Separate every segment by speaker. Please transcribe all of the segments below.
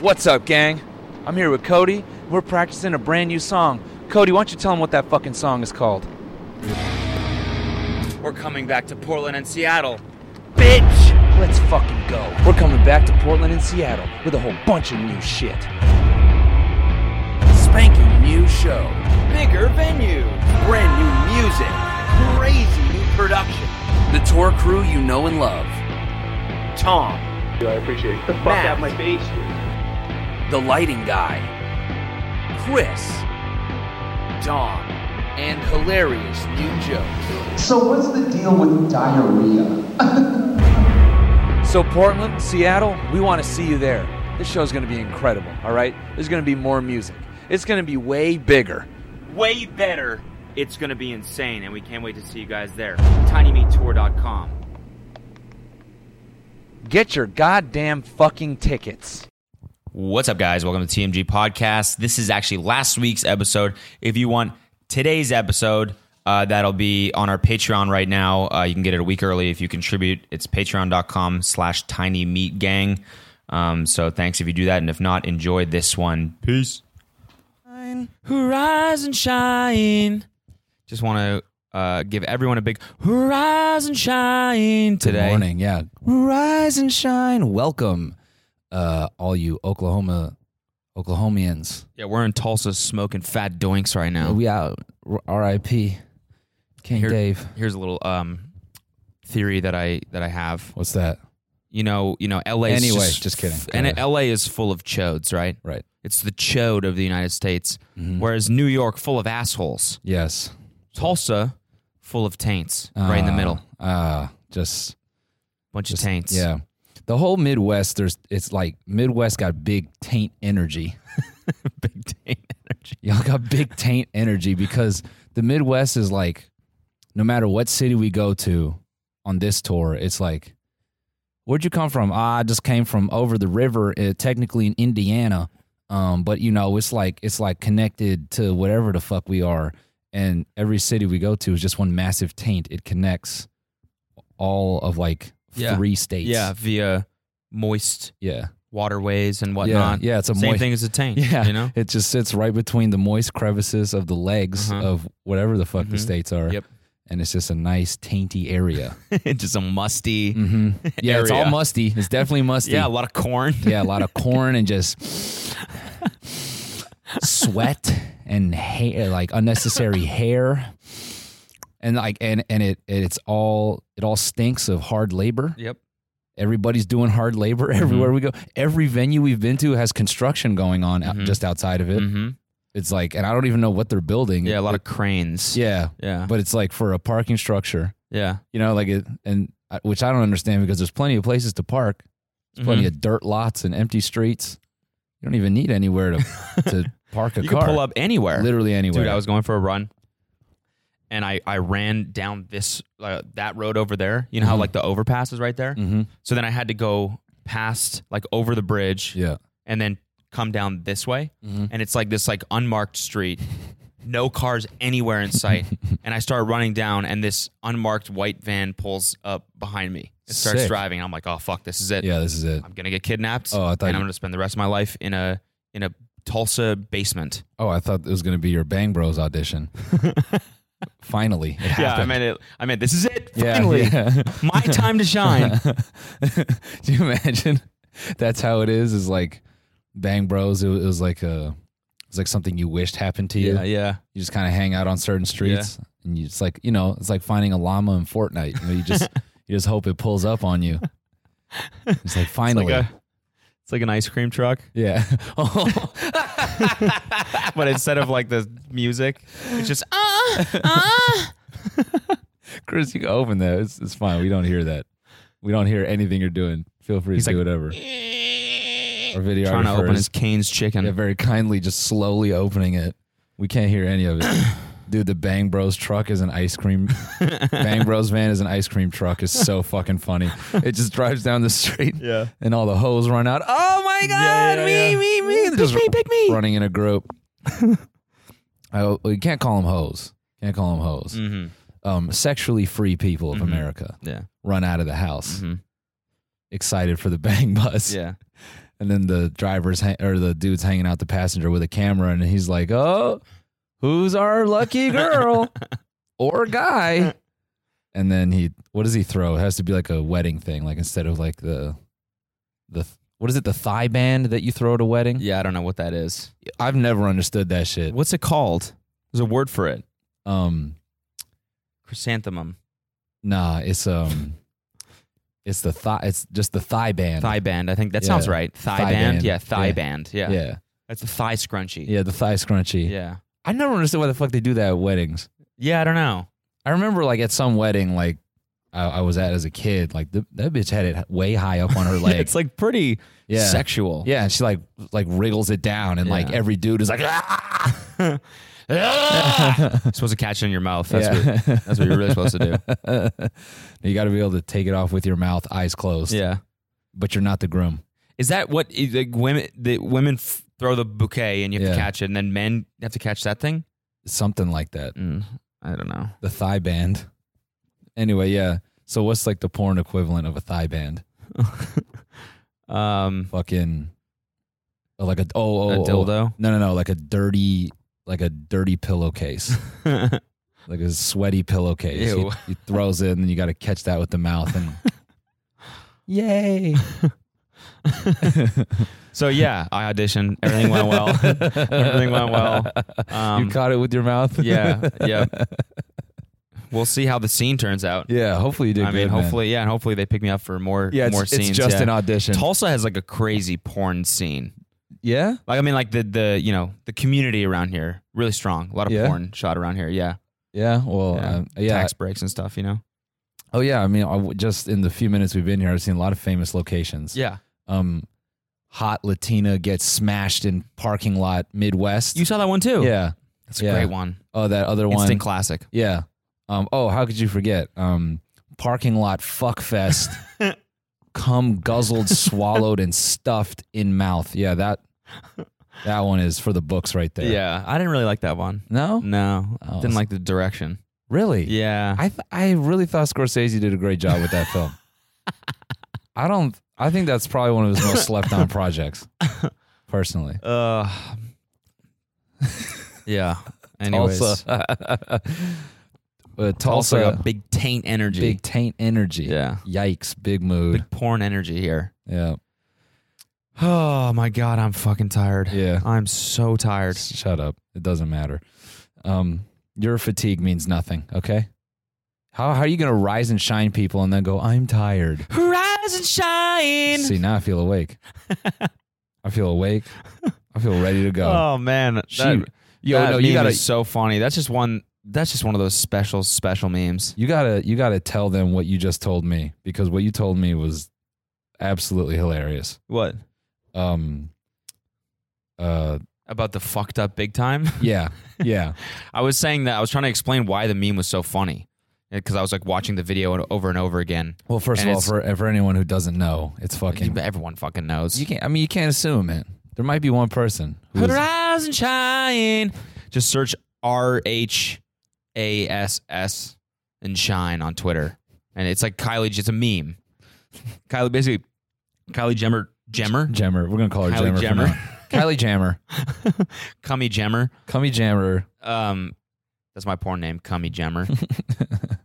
Speaker 1: What's up, gang? I'm here with Cody. We're practicing a brand new song. Cody, why don't you tell them what that fucking song is called?
Speaker 2: We're coming back to Portland and Seattle. Bitch!
Speaker 1: Let's fucking go. We're coming back to Portland and Seattle with a whole bunch of new shit. Spanking new show.
Speaker 2: Bigger venue. Brand new music. Crazy new production.
Speaker 1: The tour crew you know and love.
Speaker 2: Tom.
Speaker 3: I appreciate it. Get the fuck
Speaker 2: Matt.
Speaker 3: out of my face.
Speaker 1: The lighting guy. Chris. Dawn. And hilarious new jokes.
Speaker 4: So what's the deal with diarrhea?
Speaker 1: So, Portland, Seattle, we want to see you there. This show's going to be incredible, all right? There's going to be more music. It's going to be way bigger.
Speaker 2: Way better. It's gonna be insane, and we can't wait to see you guys there. TinyMeatTour.com.
Speaker 1: Get your goddamn fucking tickets.
Speaker 5: What's up, guys? Welcome to TMG Podcast. This is actually last week's episode. If you want today's episode, uh, that'll be on our Patreon right now. Uh, you can get it a week early if you contribute. It's patreon.com slash tiny meat gang. Um, so thanks if you do that. And if not, enjoy this one. Peace. Horizon shine. Just want to uh, give everyone a big horizon shine today.
Speaker 6: Good morning, yeah. Rise and shine. Welcome, uh, all you Oklahoma Oklahomians.
Speaker 5: Yeah, we're in Tulsa smoking fat doinks right now.
Speaker 6: We out. R- R.I.P. King
Speaker 5: Here-
Speaker 6: Dave.
Speaker 5: Here's a little um, theory that I that I have.
Speaker 6: What's that?
Speaker 5: You know, you know, LA.
Speaker 6: Anyway,
Speaker 5: is
Speaker 6: just kidding.
Speaker 5: f- And
Speaker 6: Yeah.
Speaker 5: LA is full of chodes, right?
Speaker 6: Right.
Speaker 5: It's the chode of the United States,
Speaker 6: Mm-hmm.
Speaker 5: whereas New York full of assholes.
Speaker 6: Yes.
Speaker 5: Tulsa full of taints, right in the
Speaker 6: Uh,
Speaker 5: middle,
Speaker 6: Uh just
Speaker 5: bunch
Speaker 6: just-
Speaker 5: of taints.
Speaker 6: Yeah. The whole Midwest, there's it's like Midwest got big taint energy.
Speaker 5: big taint energy.
Speaker 6: Y'all got big taint energy because the Midwest is like, no matter what city we go to on this tour, it's like, where'd you come from? Ah, I just came from over the river, uh, technically in Indiana, um, but you know, it's like it's like connected to whatever the fuck we are, and every city we go to is just one massive taint. It connects all of like
Speaker 5: Yeah.
Speaker 6: three states.
Speaker 5: Yeah, via moist
Speaker 6: yeah,
Speaker 5: waterways and whatnot.
Speaker 6: yeah, it's a
Speaker 5: same
Speaker 6: moist-
Speaker 5: thing as a taint.
Speaker 6: yeah.
Speaker 5: you know.
Speaker 6: it just sits right between the moist crevices of the legs
Speaker 5: Uh-huh.
Speaker 6: of whatever the fuck the
Speaker 5: Mhm.
Speaker 6: states are.
Speaker 5: Yep.
Speaker 6: and it's just a nice tainty area.
Speaker 5: Just a musty.
Speaker 6: Mm-hmm. Yeah, it's all
Speaker 5: Area.
Speaker 6: musty. It's definitely musty.
Speaker 5: Mm, Yeah, a lot of corn.
Speaker 6: yeah, a lot of corn and just sweat and hair, like unnecessary hair, and like and and it it's all it all stinks of hard labor.
Speaker 5: Yep.
Speaker 6: Everybody's doing hard labor everywhere
Speaker 5: Mm-hmm.
Speaker 6: we go. Every venue we've been to has construction going on out,
Speaker 5: Mhm.
Speaker 6: just outside of it.
Speaker 5: Mm-hmm.
Speaker 6: It's like, and I don't even know what they're building.
Speaker 5: Yeah, a lot of cranes.
Speaker 6: yeah,
Speaker 5: Yeah.
Speaker 6: but it's like for a parking structure.
Speaker 5: yeah.
Speaker 6: you know, like it, and I- which I don't understand because there's plenty of places to park, there's plenty
Speaker 5: Mhm.
Speaker 6: of dirt lots and empty streets. You don't even need anywhere to to park a
Speaker 5: you
Speaker 6: car.
Speaker 5: can pull up anywhere.
Speaker 6: literally anywhere.
Speaker 5: Dude, I was going for a run and I, I ran down this uh, that road over there. You know how
Speaker 6: Mhm.
Speaker 5: like the overpass is right there?
Speaker 6: Mhm.
Speaker 5: So then I had to go past like over the bridge
Speaker 6: yeah,
Speaker 5: and then come down this way.
Speaker 6: Mhm.
Speaker 5: And it's like this like unmarked street. No cars anywhere in sight. and I start running down and this unmarked white van pulls up behind me. It starts
Speaker 6: Sick.
Speaker 5: driving. I'm like, oh fuck, this is it.
Speaker 6: yeah. This is it.
Speaker 5: I'm gonna get kidnapped.
Speaker 6: Oh, I thought
Speaker 5: and I'm
Speaker 6: you-
Speaker 5: gonna spend the rest of my life in a in a Tulsa basement.
Speaker 6: Oh, I thought it was gonna be your Bang Bros audition. Finally, it
Speaker 5: Yeah, I
Speaker 6: happened.
Speaker 5: meant it. I meant this is it.
Speaker 6: Yeah,
Speaker 5: Finally,
Speaker 6: yeah.
Speaker 5: my time to shine.
Speaker 6: Do you imagine? That's how it is. Is like Bang Bros. It was, it was like a, it's like something you wished happened to you.
Speaker 5: yeah.
Speaker 6: you just kind of hang out on certain streets and you just like you know it's like finding a llama in Fortnite. You, know, you just you just hope it pulls up on you. It's like
Speaker 5: Like
Speaker 6: finally,
Speaker 5: a, it's like an ice cream truck,
Speaker 6: yeah.
Speaker 5: but instead of like the music, it's just ah.
Speaker 6: Chris, you can open that. It's it's fine. We don't hear that. We don't hear anything you're doing. Feel free to do whatever. Our videographer
Speaker 5: Trying to open
Speaker 6: is-
Speaker 5: his Cane's chicken.
Speaker 6: yeah, very kindly just slowly opening it. We can't hear any of it. Dude, the Bang Bros truck is an ice cream. Bang Bros van is an ice cream truck. It's so fucking funny. It just drives down the street.
Speaker 5: Yeah.
Speaker 6: And all the hoes run out. Oh my
Speaker 5: Yeah,
Speaker 6: god,
Speaker 5: yeah,
Speaker 6: me,
Speaker 5: yeah.
Speaker 6: me, me. Pick just me, pick me. Running in a group. I, we can't call them hoes. Can't call them hoes.
Speaker 5: hmm
Speaker 6: Um, sexually free people of
Speaker 5: Mm-hmm.
Speaker 6: America
Speaker 5: Yeah.
Speaker 6: run out of the house,
Speaker 5: Mhm.
Speaker 6: excited for the bang bus.
Speaker 5: Yeah.
Speaker 6: And then the driver's hang- or the dude's hanging out the passenger with a camera, and he's like, "Oh, who's our lucky girl or guy?" And then he, what does he throw? It has to be like a wedding thing, like instead of like the, the what is it, the thigh band that you throw at a wedding?
Speaker 5: Yeah. I don't know what that is.
Speaker 6: I've never understood that shit.
Speaker 5: What's it called? There's a word for it.
Speaker 6: Um,
Speaker 5: Chrysanthemum.
Speaker 6: nah, it's um, it's the thigh, it's just the thigh band.
Speaker 5: Thigh band. I think that
Speaker 6: Yeah.
Speaker 5: sounds right. Thigh,
Speaker 6: Thigh
Speaker 5: band.
Speaker 6: band.
Speaker 5: Yeah. Thigh
Speaker 6: Yeah.
Speaker 5: band. Yeah.
Speaker 6: yeah,
Speaker 5: That's a thigh scrunchie.
Speaker 6: yeah, the thigh scrunchie.
Speaker 5: Yeah.
Speaker 6: I never understood why the fuck they do that at weddings.
Speaker 5: Yeah. I don't know.
Speaker 6: I remember like at some wedding like I, I was at as a kid, like the, that bitch had it way high up on her leg.
Speaker 5: it's like pretty
Speaker 6: Yeah.
Speaker 5: sexual.
Speaker 6: yeah, and she like like wriggles it down, and like
Speaker 5: Yeah.
Speaker 6: every dude is like, ah!
Speaker 5: You're supposed to catch it in your mouth. That's, what, that's what you're really supposed to do.
Speaker 6: do. you got to be able to take it off with your mouth, eyes closed.
Speaker 5: Yeah.
Speaker 6: but you're not the groom.
Speaker 5: Is that what is- like women the women f- throw the bouquet and you have to
Speaker 6: Yeah.
Speaker 5: catch it, and then men have to catch that thing?
Speaker 6: Something like that.
Speaker 5: Mm, I don't know.
Speaker 6: The thigh band. Anyway, yeah. So what's like the porn equivalent of a thigh band?
Speaker 5: Um,
Speaker 6: Fucking oh, like a oh, oh
Speaker 5: A
Speaker 6: oh.
Speaker 5: dildo?
Speaker 6: No, no, no. Like a dirty like a dirty pillowcase. like a sweaty pillowcase. He,
Speaker 5: Ew.
Speaker 6: he throws it, and then you got to catch that with the mouth. And yay!
Speaker 5: so yeah, I auditioned. Everything went well. Everything went well. Um,
Speaker 6: you caught it with your mouth.
Speaker 5: yeah, yeah. We'll see how the scene turns out.
Speaker 6: yeah. Hopefully you did.
Speaker 5: I mean,
Speaker 6: good, man.
Speaker 5: hopefully, yeah, and hopefully they pick me up for more,
Speaker 6: yeah. It's,
Speaker 5: more
Speaker 6: it's
Speaker 5: scenes.
Speaker 6: just
Speaker 5: yeah.
Speaker 6: an audition.
Speaker 5: Tulsa has like a crazy porn scene.
Speaker 6: yeah.
Speaker 5: Like I mean, like the the you know the community around here really strong. A lot of
Speaker 6: Yeah.
Speaker 5: porn shot around here. Yeah,
Speaker 6: Yeah. Well.
Speaker 5: yeah.
Speaker 6: um, yeah.
Speaker 5: tax breaks and stuff. You know.
Speaker 6: Oh yeah. I mean, I w- just in the few minutes we've been here, I've seen a lot of famous locations.
Speaker 5: Yeah.
Speaker 6: Um, hot Latina gets smashed in parking lot Midwest.
Speaker 5: You saw that one too.
Speaker 6: yeah.
Speaker 5: That's a
Speaker 6: Yeah.
Speaker 5: great one.
Speaker 6: Oh, that other one.
Speaker 5: Instant classic.
Speaker 6: Yeah. Um, oh, how could you forget? Um, parking lot fuckfest. Cum guzzled, swallowed, and stuffed in mouth. Yeah, that that one is for the books right there.
Speaker 5: Yeah. I didn't really like that one.
Speaker 6: No,
Speaker 5: No.
Speaker 6: Oh,
Speaker 5: didn't
Speaker 6: it's-
Speaker 5: like the direction.
Speaker 6: really.
Speaker 5: Yeah.
Speaker 6: I th- I really thought Scorsese did a great job with that film. I don't. I think that's probably one of his most slept on projects, personally.
Speaker 5: uh, yeah. Anyways.
Speaker 6: Tulsa, uh, Tulsa,
Speaker 5: Tulsa got big taint energy.
Speaker 6: big taint energy.
Speaker 5: Yeah.
Speaker 6: Yikes! Big mood.
Speaker 5: Big porn energy here.
Speaker 6: yeah.
Speaker 5: Oh my god, I'm fucking tired.
Speaker 6: Yeah.
Speaker 5: I'm so tired.
Speaker 6: Shut up. It doesn't matter. Um, your fatigue means nothing, okay? How, how are you going to rise and shine people and then go, I'm tired?
Speaker 5: Rise and shine.
Speaker 6: See, now I feel awake. I feel awake. I feel ready to go.
Speaker 5: Oh man,
Speaker 6: She-
Speaker 5: that,
Speaker 6: Yo,
Speaker 5: that
Speaker 6: no,
Speaker 5: meme
Speaker 6: you gotta,
Speaker 5: is so funny. That's just one. That's just one of those special, special memes.
Speaker 6: you gotta, you gotta tell them what you just told me because what you told me was absolutely hilarious.
Speaker 5: What
Speaker 6: Um, uh,
Speaker 5: about the fucked up big time?
Speaker 6: yeah, yeah,
Speaker 5: I was saying that I was trying to explain why the meme was so funny because I was like watching the video over and over again.
Speaker 6: Well, first
Speaker 5: And
Speaker 6: of all,
Speaker 5: it's-
Speaker 6: for for anyone who doesn't know, it's fucking.
Speaker 5: Everyone fucking knows.
Speaker 6: You can't. I mean, you can't assume it. There might be one person. who is-
Speaker 5: Rise and shine. Just search R H A S S and shine on Twitter, and it's like Kylie. It's a meme. Kylie basically, Kylie Jemmer Jemmer
Speaker 6: Jammer. We're gonna call her
Speaker 5: Kylie
Speaker 6: Jammer.
Speaker 5: Jammer.
Speaker 6: Jammer. Kylie Jammer.
Speaker 5: Cummy Jemmer.
Speaker 6: Cummy Jammer.
Speaker 5: Um, that's my porn name, Cummy Jemmer.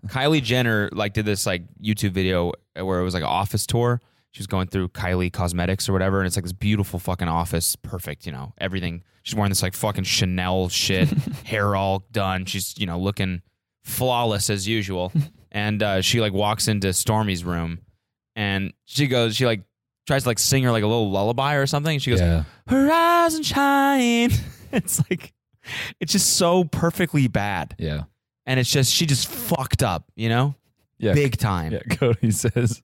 Speaker 5: Kylie Jenner like did this like YouTube video where it was like an office tour. She was going through Kylie Cosmetics or whatever, and it's like this beautiful fucking office, perfect, you know, everything. She's wearing this like fucking Chanel shit, hair all done. She's you know looking flawless as usual, and uh, she like walks into Stormy's room, and she goes, she like tries to like sing her like a little lullaby or something. She goes,
Speaker 6: Yeah.
Speaker 5: horizon shine. It's like it's just so perfectly bad,
Speaker 6: Yeah.
Speaker 5: and it's just she just fucked up, you know,
Speaker 6: Yeah.
Speaker 5: big time.
Speaker 6: Yeah. Cody says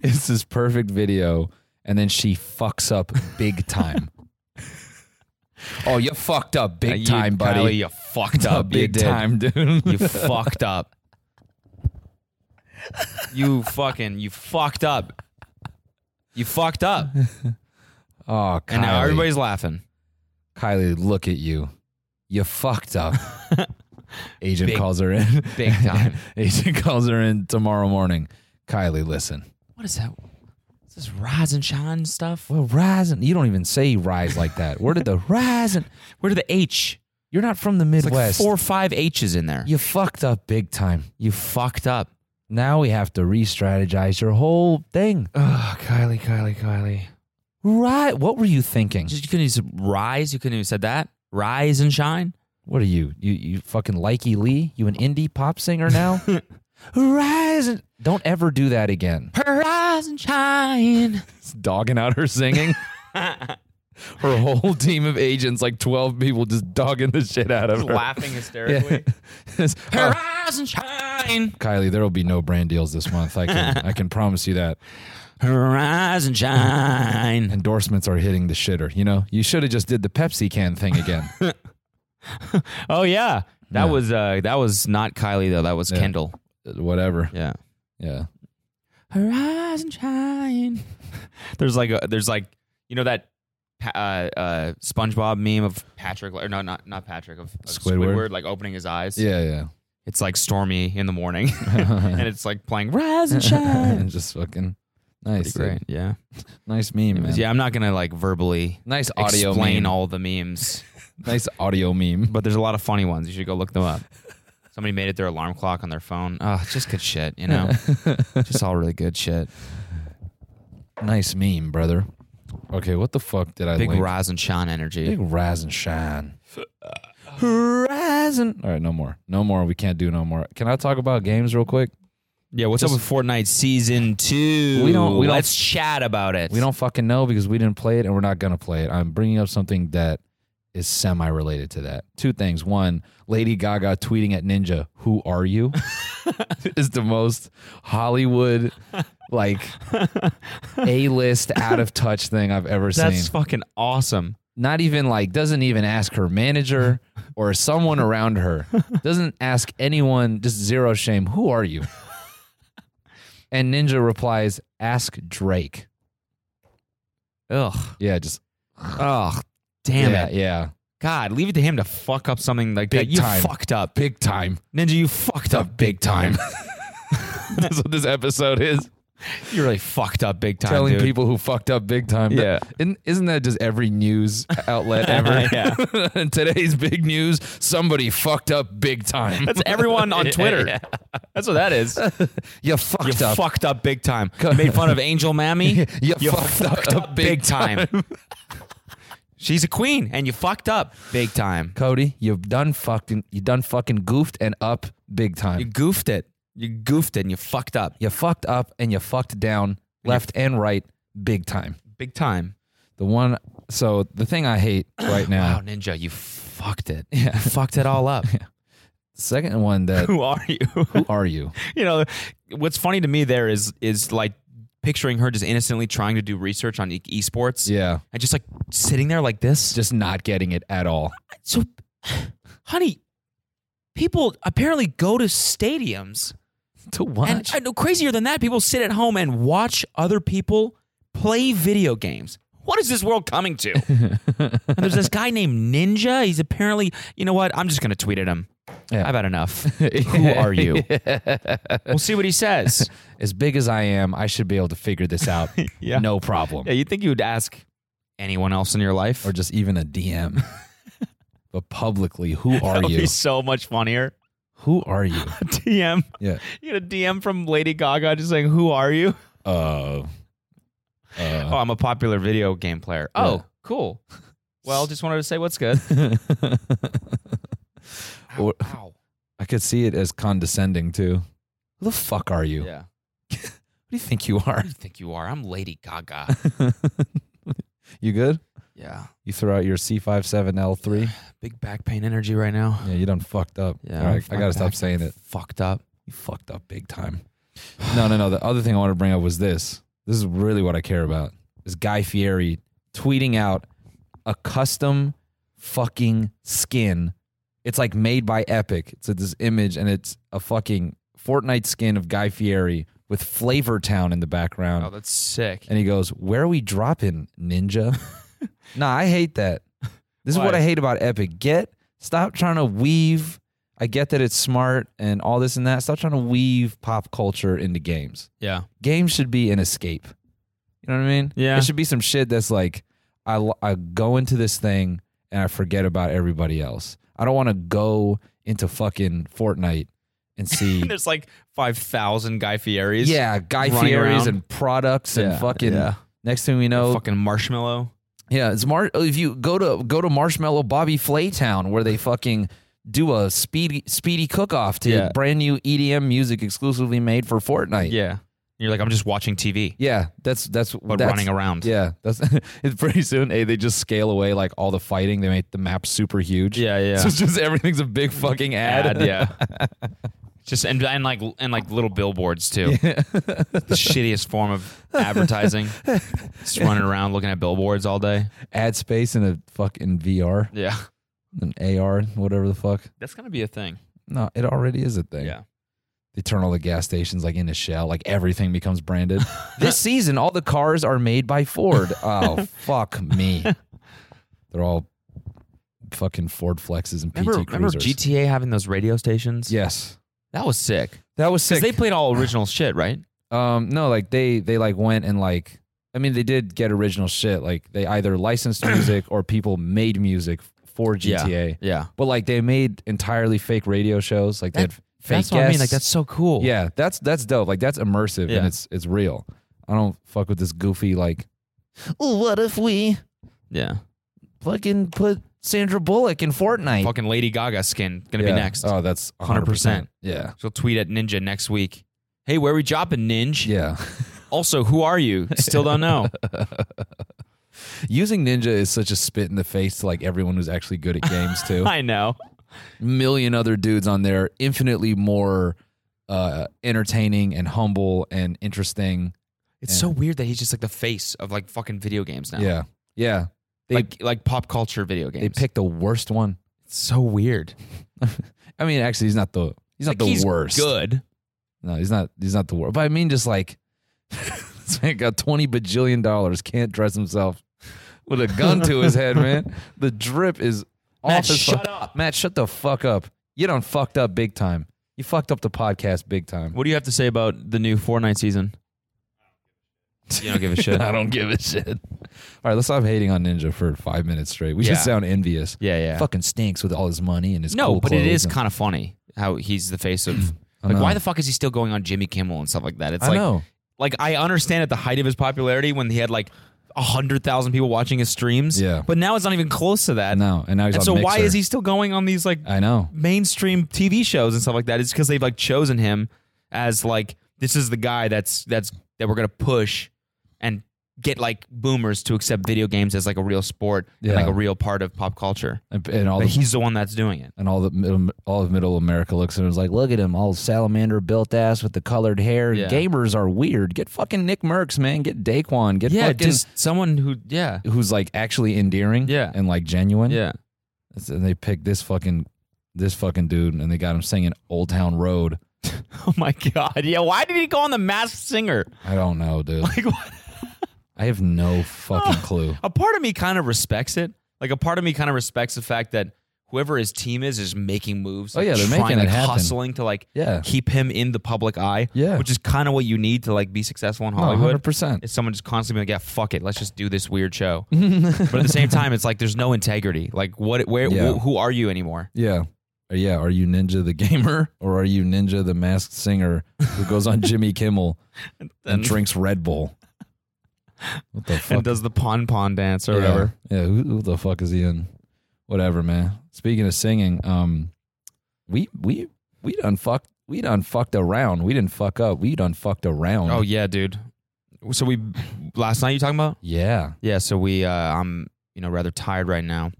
Speaker 6: it's this perfect video, and then she fucks up big time. oh, you fucked up big
Speaker 5: You-
Speaker 6: time, buddy.
Speaker 5: Kylie, you fucked
Speaker 6: Fucked
Speaker 5: up.
Speaker 6: up
Speaker 5: You
Speaker 6: big
Speaker 5: did.
Speaker 6: time, dude.
Speaker 5: You fucked up. You fucking you fucked up. You fucked up.
Speaker 6: oh, Kylie.
Speaker 5: And now everybody's laughing.
Speaker 6: Kylie, look at you. You fucked up. Agent
Speaker 5: Big-
Speaker 6: calls her in.
Speaker 5: Big time.
Speaker 6: Agent calls her in tomorrow morning. Kylie, listen.
Speaker 5: What is that? Is this rise and shine stuff?
Speaker 6: Well, rising. You don't even say rise like that. Where did the rising?
Speaker 5: Where did the H?
Speaker 6: You're not from the
Speaker 5: It's
Speaker 6: Midwest.
Speaker 5: like four or five H's in there.
Speaker 6: You fucked up big time.
Speaker 5: you fucked up.
Speaker 6: Now we have to re-strategize your whole thing.
Speaker 5: Oh, Kylie, Kylie, Kylie.
Speaker 6: Right? What were you thinking?
Speaker 5: Just you couldn't even rise. You couldn't even said that. Rise and shine.
Speaker 6: What are you? You you fucking likey Lee? You an indie pop singer now? Rise and don't ever do that again.
Speaker 5: Her rise and shine.
Speaker 6: Dogging out her singing. her whole team of agents, like twelve people, just dogging the shit out of her.
Speaker 5: hysterically. Her
Speaker 6: Oh,
Speaker 5: rise and shine.
Speaker 6: Kylie, there will be no brand deals this month. I can I can promise you that.
Speaker 5: Her rise and shine.
Speaker 6: Endorsements are hitting the shitter. You know, you should have just did the Pepsi can thing again.
Speaker 5: Oh yeah. That
Speaker 6: Yeah.
Speaker 5: was uh that was not Kylie though. That was
Speaker 6: Yeah.
Speaker 5: Kendall.
Speaker 6: Whatever.
Speaker 5: Yeah.
Speaker 6: Yeah.
Speaker 5: Her rise and shine. there's like a there's like you know that pa- uh uh SpongeBob meme of Patrick or no not not Patrick of, of
Speaker 6: Squidward?
Speaker 5: Squidward. like opening his eyes.
Speaker 6: Yeah. Yeah.
Speaker 5: It's like stormy in the morning and it's like playing rise and shine.
Speaker 6: just fucking
Speaker 5: Pretty
Speaker 6: nice.
Speaker 5: great. Yeah.
Speaker 6: Nice meme, man.
Speaker 5: Yeah, I'm not going to like verbally
Speaker 6: Nice audio
Speaker 5: explain
Speaker 6: meme.
Speaker 5: all the memes.
Speaker 6: nice audio meme.
Speaker 5: but there's a lot of funny ones. You should go look them up. Somebody made it their alarm clock on their phone. Oh, it's just good shit, you know? just all really good shit.
Speaker 6: Nice meme, brother. Okay, what the fuck did I
Speaker 5: Big
Speaker 6: link?
Speaker 5: rise and shine energy.
Speaker 6: Big rise and shine. Rise and All right, no more. No more. We can't do no more. Can I talk about games real quick?
Speaker 5: Yeah, what's up with Fortnite season two?
Speaker 6: We don't- we don't-
Speaker 5: Let's chat about it.
Speaker 6: We don't fucking know because we didn't play it and we're not going to play it. I'm bringing up something that is semi related to that. Two things. One, Lady Gaga tweeting at Ninja, who are you? is the most Hollywood, like, A list, out of touch thing I've ever
Speaker 5: That's
Speaker 6: seen.
Speaker 5: fucking awesome.
Speaker 6: Not even like, doesn't even ask her manager or someone around her. Doesn't ask anyone, just zero shame, who are you? And Ninja replies, ask Drake.
Speaker 5: Ugh.
Speaker 6: Yeah, just
Speaker 5: Ugh. Damn
Speaker 6: yeah,
Speaker 5: it.
Speaker 6: Yeah,
Speaker 5: God, leave it to him to fuck up something like
Speaker 6: Big
Speaker 5: that. You
Speaker 6: time.
Speaker 5: fucked up.
Speaker 6: big time.
Speaker 5: Ninja, you fucked up big time.
Speaker 6: That's what this episode is.
Speaker 5: you really fucked up big time.
Speaker 6: Telling
Speaker 5: dude.
Speaker 6: people who fucked up big time.
Speaker 5: Yeah.
Speaker 6: Isn't, isn't that just every news outlet ever?
Speaker 5: Yeah.
Speaker 6: And Today's big news somebody fucked up big time.
Speaker 5: That's everyone on Twitter. That's what that is.
Speaker 6: you fucked
Speaker 5: you
Speaker 6: up.
Speaker 5: fucked up big time. You made fun of Angel Mammy.
Speaker 6: You fucked up big
Speaker 5: time. She's a queen, and you fucked up big time.
Speaker 6: Cody, you've done fucking you done fucking goofed and up big time.
Speaker 5: You
Speaker 6: You,
Speaker 5: goofed it. You goofed it, and you fucked up
Speaker 6: fucked up and you fucked down left and right big time.
Speaker 5: big time.
Speaker 6: The one so the thing I hate right now.
Speaker 5: Wow, Ninja, you fucked it. You fucked it all up.
Speaker 6: Second one that
Speaker 5: Who are you?
Speaker 6: who are you?
Speaker 5: you know, what's funny to me there is is like picturing her just innocently trying to do research on e- esports
Speaker 6: Yeah.
Speaker 5: and just like sitting there like this.
Speaker 6: Just not getting it at all.
Speaker 5: so honey people apparently go to stadiums
Speaker 6: To watch.
Speaker 5: and I know, crazier than that people sit at home and watch other people play video games what is this world coming to and there's this guy named ninja he's apparently you know what i'm just going to tweet at him
Speaker 6: Yeah.
Speaker 5: i've had enough who are you we'll see what he says
Speaker 6: as big as I am, I should be able to figure this out.
Speaker 5: Yeah.
Speaker 6: No problem.
Speaker 5: yeah you think you would ask anyone else in your life
Speaker 6: Or just even a DM. but publicly, who are
Speaker 5: That would
Speaker 6: you?
Speaker 5: be so much funnier
Speaker 6: Who are you?
Speaker 5: dm
Speaker 6: Yeah.
Speaker 5: you get a dm from lady gaga just saying who are you
Speaker 6: Uh,
Speaker 5: Oh, I'm a popular video game player. Oh, cool. Well, just wanted to say what's good.
Speaker 6: or,
Speaker 5: Wow.
Speaker 6: I could see it as condescending too. Who the fuck are you?
Speaker 5: Yeah.
Speaker 6: Who do you think you
Speaker 5: Who
Speaker 6: are?
Speaker 5: do you think you are? I'm Lady Gaga.
Speaker 6: you good?
Speaker 5: yeah.
Speaker 6: You throw out your C57L3?
Speaker 5: Big back pain energy right now.
Speaker 6: Yeah, you done fucked up.
Speaker 5: Yeah.
Speaker 6: All right,
Speaker 5: My
Speaker 6: I gotta stop
Speaker 5: back's
Speaker 6: saying it.
Speaker 5: Fucked up.
Speaker 6: You fucked up big time. No, no, no. The other thing I want to bring up was this. This is really what I care about. is Guy Fieri tweeting out a custom fucking skin. It's like made by Epic. It's this image, and it's a fucking Fortnite skin of Guy Fieri with Flavor Town in the background.
Speaker 7: Oh, that's sick.
Speaker 6: And he goes, Where are we dropping, ninja? nah, I hate that. This is what
Speaker 7: Why?
Speaker 6: I hate about Epic. Get, stop trying to weave. I get that it's smart and all this and that. Stop trying to weave pop culture into games.
Speaker 7: Yeah.
Speaker 6: Games should be an escape. You know what I mean?
Speaker 5: Yeah.
Speaker 6: It should be some shit that's like, I, l- I go into this thing and I forget about everybody else. I don't want to go into fucking Fortnite and see.
Speaker 7: There's like 5,000 Guy Fieri's.
Speaker 6: yeah, Guy
Speaker 7: running
Speaker 6: Fieri's
Speaker 7: around.
Speaker 6: and products and
Speaker 7: Yeah,
Speaker 6: fucking.
Speaker 7: yeah.
Speaker 6: Next thing we know,
Speaker 5: fucking marshmallow.
Speaker 6: Yeah, it's Mar- if you go to go to Marshmallow Bobby Flay Town where they fucking do a speedy speedy cook off to
Speaker 7: Yeah.
Speaker 6: brand new EDM music exclusively made for Fortnite.
Speaker 7: Yeah.
Speaker 5: You're like, I'm just watching TV,
Speaker 6: Yeah, that's that's
Speaker 5: but
Speaker 6: that's,
Speaker 5: running around.
Speaker 6: Yeah, that's it's pretty soon. Hey, they just scale away like all the fighting. They make the map super huge.
Speaker 7: Yeah, yeah.
Speaker 6: So it's just everything's a big fucking ad.
Speaker 5: Ad, yeah. Just and, and like and like little billboards too. the shittiest form of advertising. just running around looking at billboards all day.
Speaker 6: Ad space in a fucking VR,
Speaker 5: Yeah,
Speaker 6: an AR, whatever the fuck.
Speaker 5: that's gonna be a thing.
Speaker 6: No, it already is a thing.
Speaker 5: Yeah.
Speaker 6: They turn all the gas stations like in a shell, like everything becomes branded. this season, all the cars are made by Ford. Oh, fuck me. They're all fucking Ford flexes and PT
Speaker 5: Remember,
Speaker 6: cruisers.
Speaker 5: remember GTA having those radio stations?
Speaker 6: Yes.
Speaker 5: that was sick.
Speaker 6: That was
Speaker 5: Because
Speaker 6: sick.
Speaker 5: they played all original shit, right?
Speaker 6: um, no, like they they like went and like I mean they did get original shit. Like they either licensed music or people made music for GTA.
Speaker 5: Yeah,
Speaker 6: But like they made entirely fake radio shows. Like they had
Speaker 5: That-
Speaker 6: fake
Speaker 5: that's what I mean.
Speaker 6: guests.
Speaker 5: Like that's so cool.
Speaker 6: Yeah, that's that's dope. Like that's immersive
Speaker 5: Yeah.
Speaker 6: and it's it's real. I don't fuck with this goofy like. "Ooh, What if we
Speaker 5: yeah.
Speaker 6: fucking put Sandra Bullock in Fortnite?
Speaker 5: Fucking Lady Gaga skin gonna
Speaker 6: Yeah.
Speaker 5: be next.
Speaker 6: Oh, that's 100%.
Speaker 5: 100%.
Speaker 6: Yeah.
Speaker 5: She'll tweet at Ninja next week. Hey, where we dropping, Ninja?
Speaker 6: Yeah.
Speaker 5: Also, who are you? Still don't know.
Speaker 6: Using Ninja is such a spit in the face to like everyone who's actually good at games too.
Speaker 5: I know.
Speaker 6: Million other dudes on there infinitely more uh entertaining and humble and interesting.
Speaker 5: It's
Speaker 6: Yeah.
Speaker 5: so weird that he's just like the face of like fucking video games now.
Speaker 6: Yeah. Yeah. They
Speaker 5: like like pop culture video
Speaker 6: they
Speaker 5: games.
Speaker 6: picked the worst one.
Speaker 5: it's so weird.
Speaker 6: I mean, actually he's not the he's not
Speaker 5: Like,
Speaker 6: the worst.
Speaker 5: Good.
Speaker 6: No, he's not. He's not the worst. But I mean, just like this man got twenty bajillion dollars, can't dress himself with a gun to his head, man. The drip is
Speaker 5: Matt,
Speaker 6: off. as
Speaker 5: shut
Speaker 6: fuck.
Speaker 5: up.
Speaker 6: Matt. Shut the fuck up. You done fucked up big time. You fucked up the podcast big time.
Speaker 5: What do you have to say about the new Fortnite season? You don't give a shit.
Speaker 6: I don't give a shit. All right, let's stop hating on Ninja for five minutes straight. We
Speaker 5: Yeah.
Speaker 6: just sound envious.
Speaker 5: Yeah, yeah.
Speaker 6: Fucking stinks with all his money and his
Speaker 5: no,
Speaker 6: cool
Speaker 5: but it
Speaker 6: clothes
Speaker 5: is
Speaker 6: and-
Speaker 5: kind of funny how he's the face of.
Speaker 6: I
Speaker 5: Like,
Speaker 6: know.
Speaker 5: why the fuck is he still going on Jimmy Kimmel and stuff like that? It's
Speaker 6: I
Speaker 5: like,
Speaker 6: know.
Speaker 5: like I understand at the height of his popularity when he had like hundred thousand people watching his streams.
Speaker 6: Yeah.
Speaker 5: but now it's not even close to that.
Speaker 6: No, and now he's
Speaker 5: and
Speaker 6: on
Speaker 5: so why
Speaker 6: Mixer.
Speaker 5: is he still going on these like
Speaker 6: I know.
Speaker 5: mainstream TV shows and stuff like that is because they've like chosen him as like this is the guy that's that's that we're gonna push and get like boomers to accept video games as like a real sport
Speaker 6: Yeah.
Speaker 5: and like a real part of pop culture.
Speaker 6: And, and all
Speaker 5: But
Speaker 6: the
Speaker 5: he's the one that's doing it.
Speaker 6: and all the middle, all of middle America looks at him and is like, look at him, all salamander built ass with the colored hair.
Speaker 5: Yeah.
Speaker 6: Gamers are weird. Get fucking Nick Merckx, man. Get Daquan. Get
Speaker 5: Yeah,
Speaker 6: fucking
Speaker 5: just someone who yeah
Speaker 6: who's like actually endearing.
Speaker 5: Yeah.
Speaker 6: and like genuine.
Speaker 5: yeah
Speaker 6: and they picked this fucking this fucking dude, and they got him singing Old Town Road.
Speaker 5: oh my god yeah why did he go on the Masked Singer?
Speaker 6: I don't know, dude.
Speaker 5: Like, what?
Speaker 6: I have no fucking clue.
Speaker 5: a part of me kind of respects it. Like a part of me kind of respects the fact that whoever his team is is making moves.
Speaker 6: Oh,
Speaker 5: like,
Speaker 6: yeah, they're
Speaker 5: trying,
Speaker 6: making it
Speaker 5: like,
Speaker 6: happen.
Speaker 5: hustling to like
Speaker 6: Yeah.
Speaker 5: keep him in the public eye.
Speaker 6: Yeah.
Speaker 5: which is kind of what you need to like be successful in Hollywood.
Speaker 6: Hundred percent.
Speaker 5: Is someone just constantly being like, yeah, fuck it, let's just do this weird show. but at the same time, it's like there's no integrity. Like what? Where?
Speaker 6: Yeah.
Speaker 5: Wh- who are you anymore?
Speaker 6: Yeah. Uh, Yeah, are you Ninja the gamer or are you Ninja the masked singer who goes on Jimmy Kimmel and drinks Red Bull? What the fuck?
Speaker 5: And does the pon pon dance or
Speaker 6: yeah.
Speaker 5: whatever?
Speaker 6: Yeah, who, who the fuck is he in? Whatever, man. Speaking of singing, um, we we we done fucked we done fucked around. We didn't fuck up. We done fucked around.
Speaker 5: Oh yeah, dude. So we last night you talking about?
Speaker 6: yeah,
Speaker 5: Yeah, so we uh I'm you know rather tired right now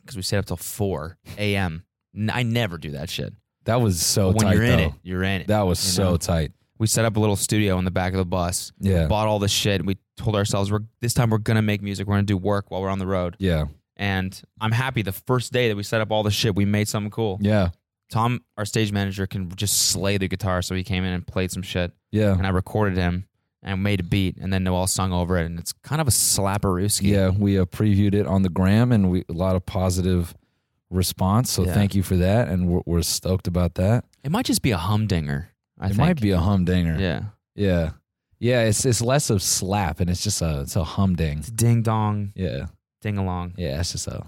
Speaker 5: because we stayed up till four a.m. N- I never do that shit.
Speaker 6: that was so
Speaker 5: But when
Speaker 6: tight
Speaker 5: you're in
Speaker 6: though.
Speaker 5: it, you're in it.
Speaker 6: That was
Speaker 5: you
Speaker 6: so
Speaker 5: know?
Speaker 6: tight.
Speaker 5: we set up a little studio in the back of the bus.
Speaker 6: Yeah,
Speaker 5: Bought all the shit. We told ourselves we're this time we're gonna make music. We're gonna do work while we're on the road.
Speaker 6: Yeah.
Speaker 5: And I'm happy the first day that we set up all the shit, we made something cool.
Speaker 6: Yeah.
Speaker 5: Tom, our stage manager, can just slay the guitar, so he came in and played some shit,
Speaker 6: Yeah.
Speaker 5: and I recorded him and made a beat, and then Noel sung over it, and it's kind of a slapperooski.
Speaker 6: Yeah. We uh, previewed it on the gram and we a lot of positive response. So
Speaker 5: Yeah.
Speaker 6: thank you for that. And we're, we're stoked about that.
Speaker 5: It might just be a humdinger. I
Speaker 6: it
Speaker 5: think.
Speaker 6: might be a humdinger.
Speaker 5: Yeah.
Speaker 6: Yeah. Yeah. It's, it's less of slap and it's just a, it's a humding.
Speaker 5: It's a ding dong,
Speaker 6: Yeah.
Speaker 5: ding along.
Speaker 6: Yeah. It's just a,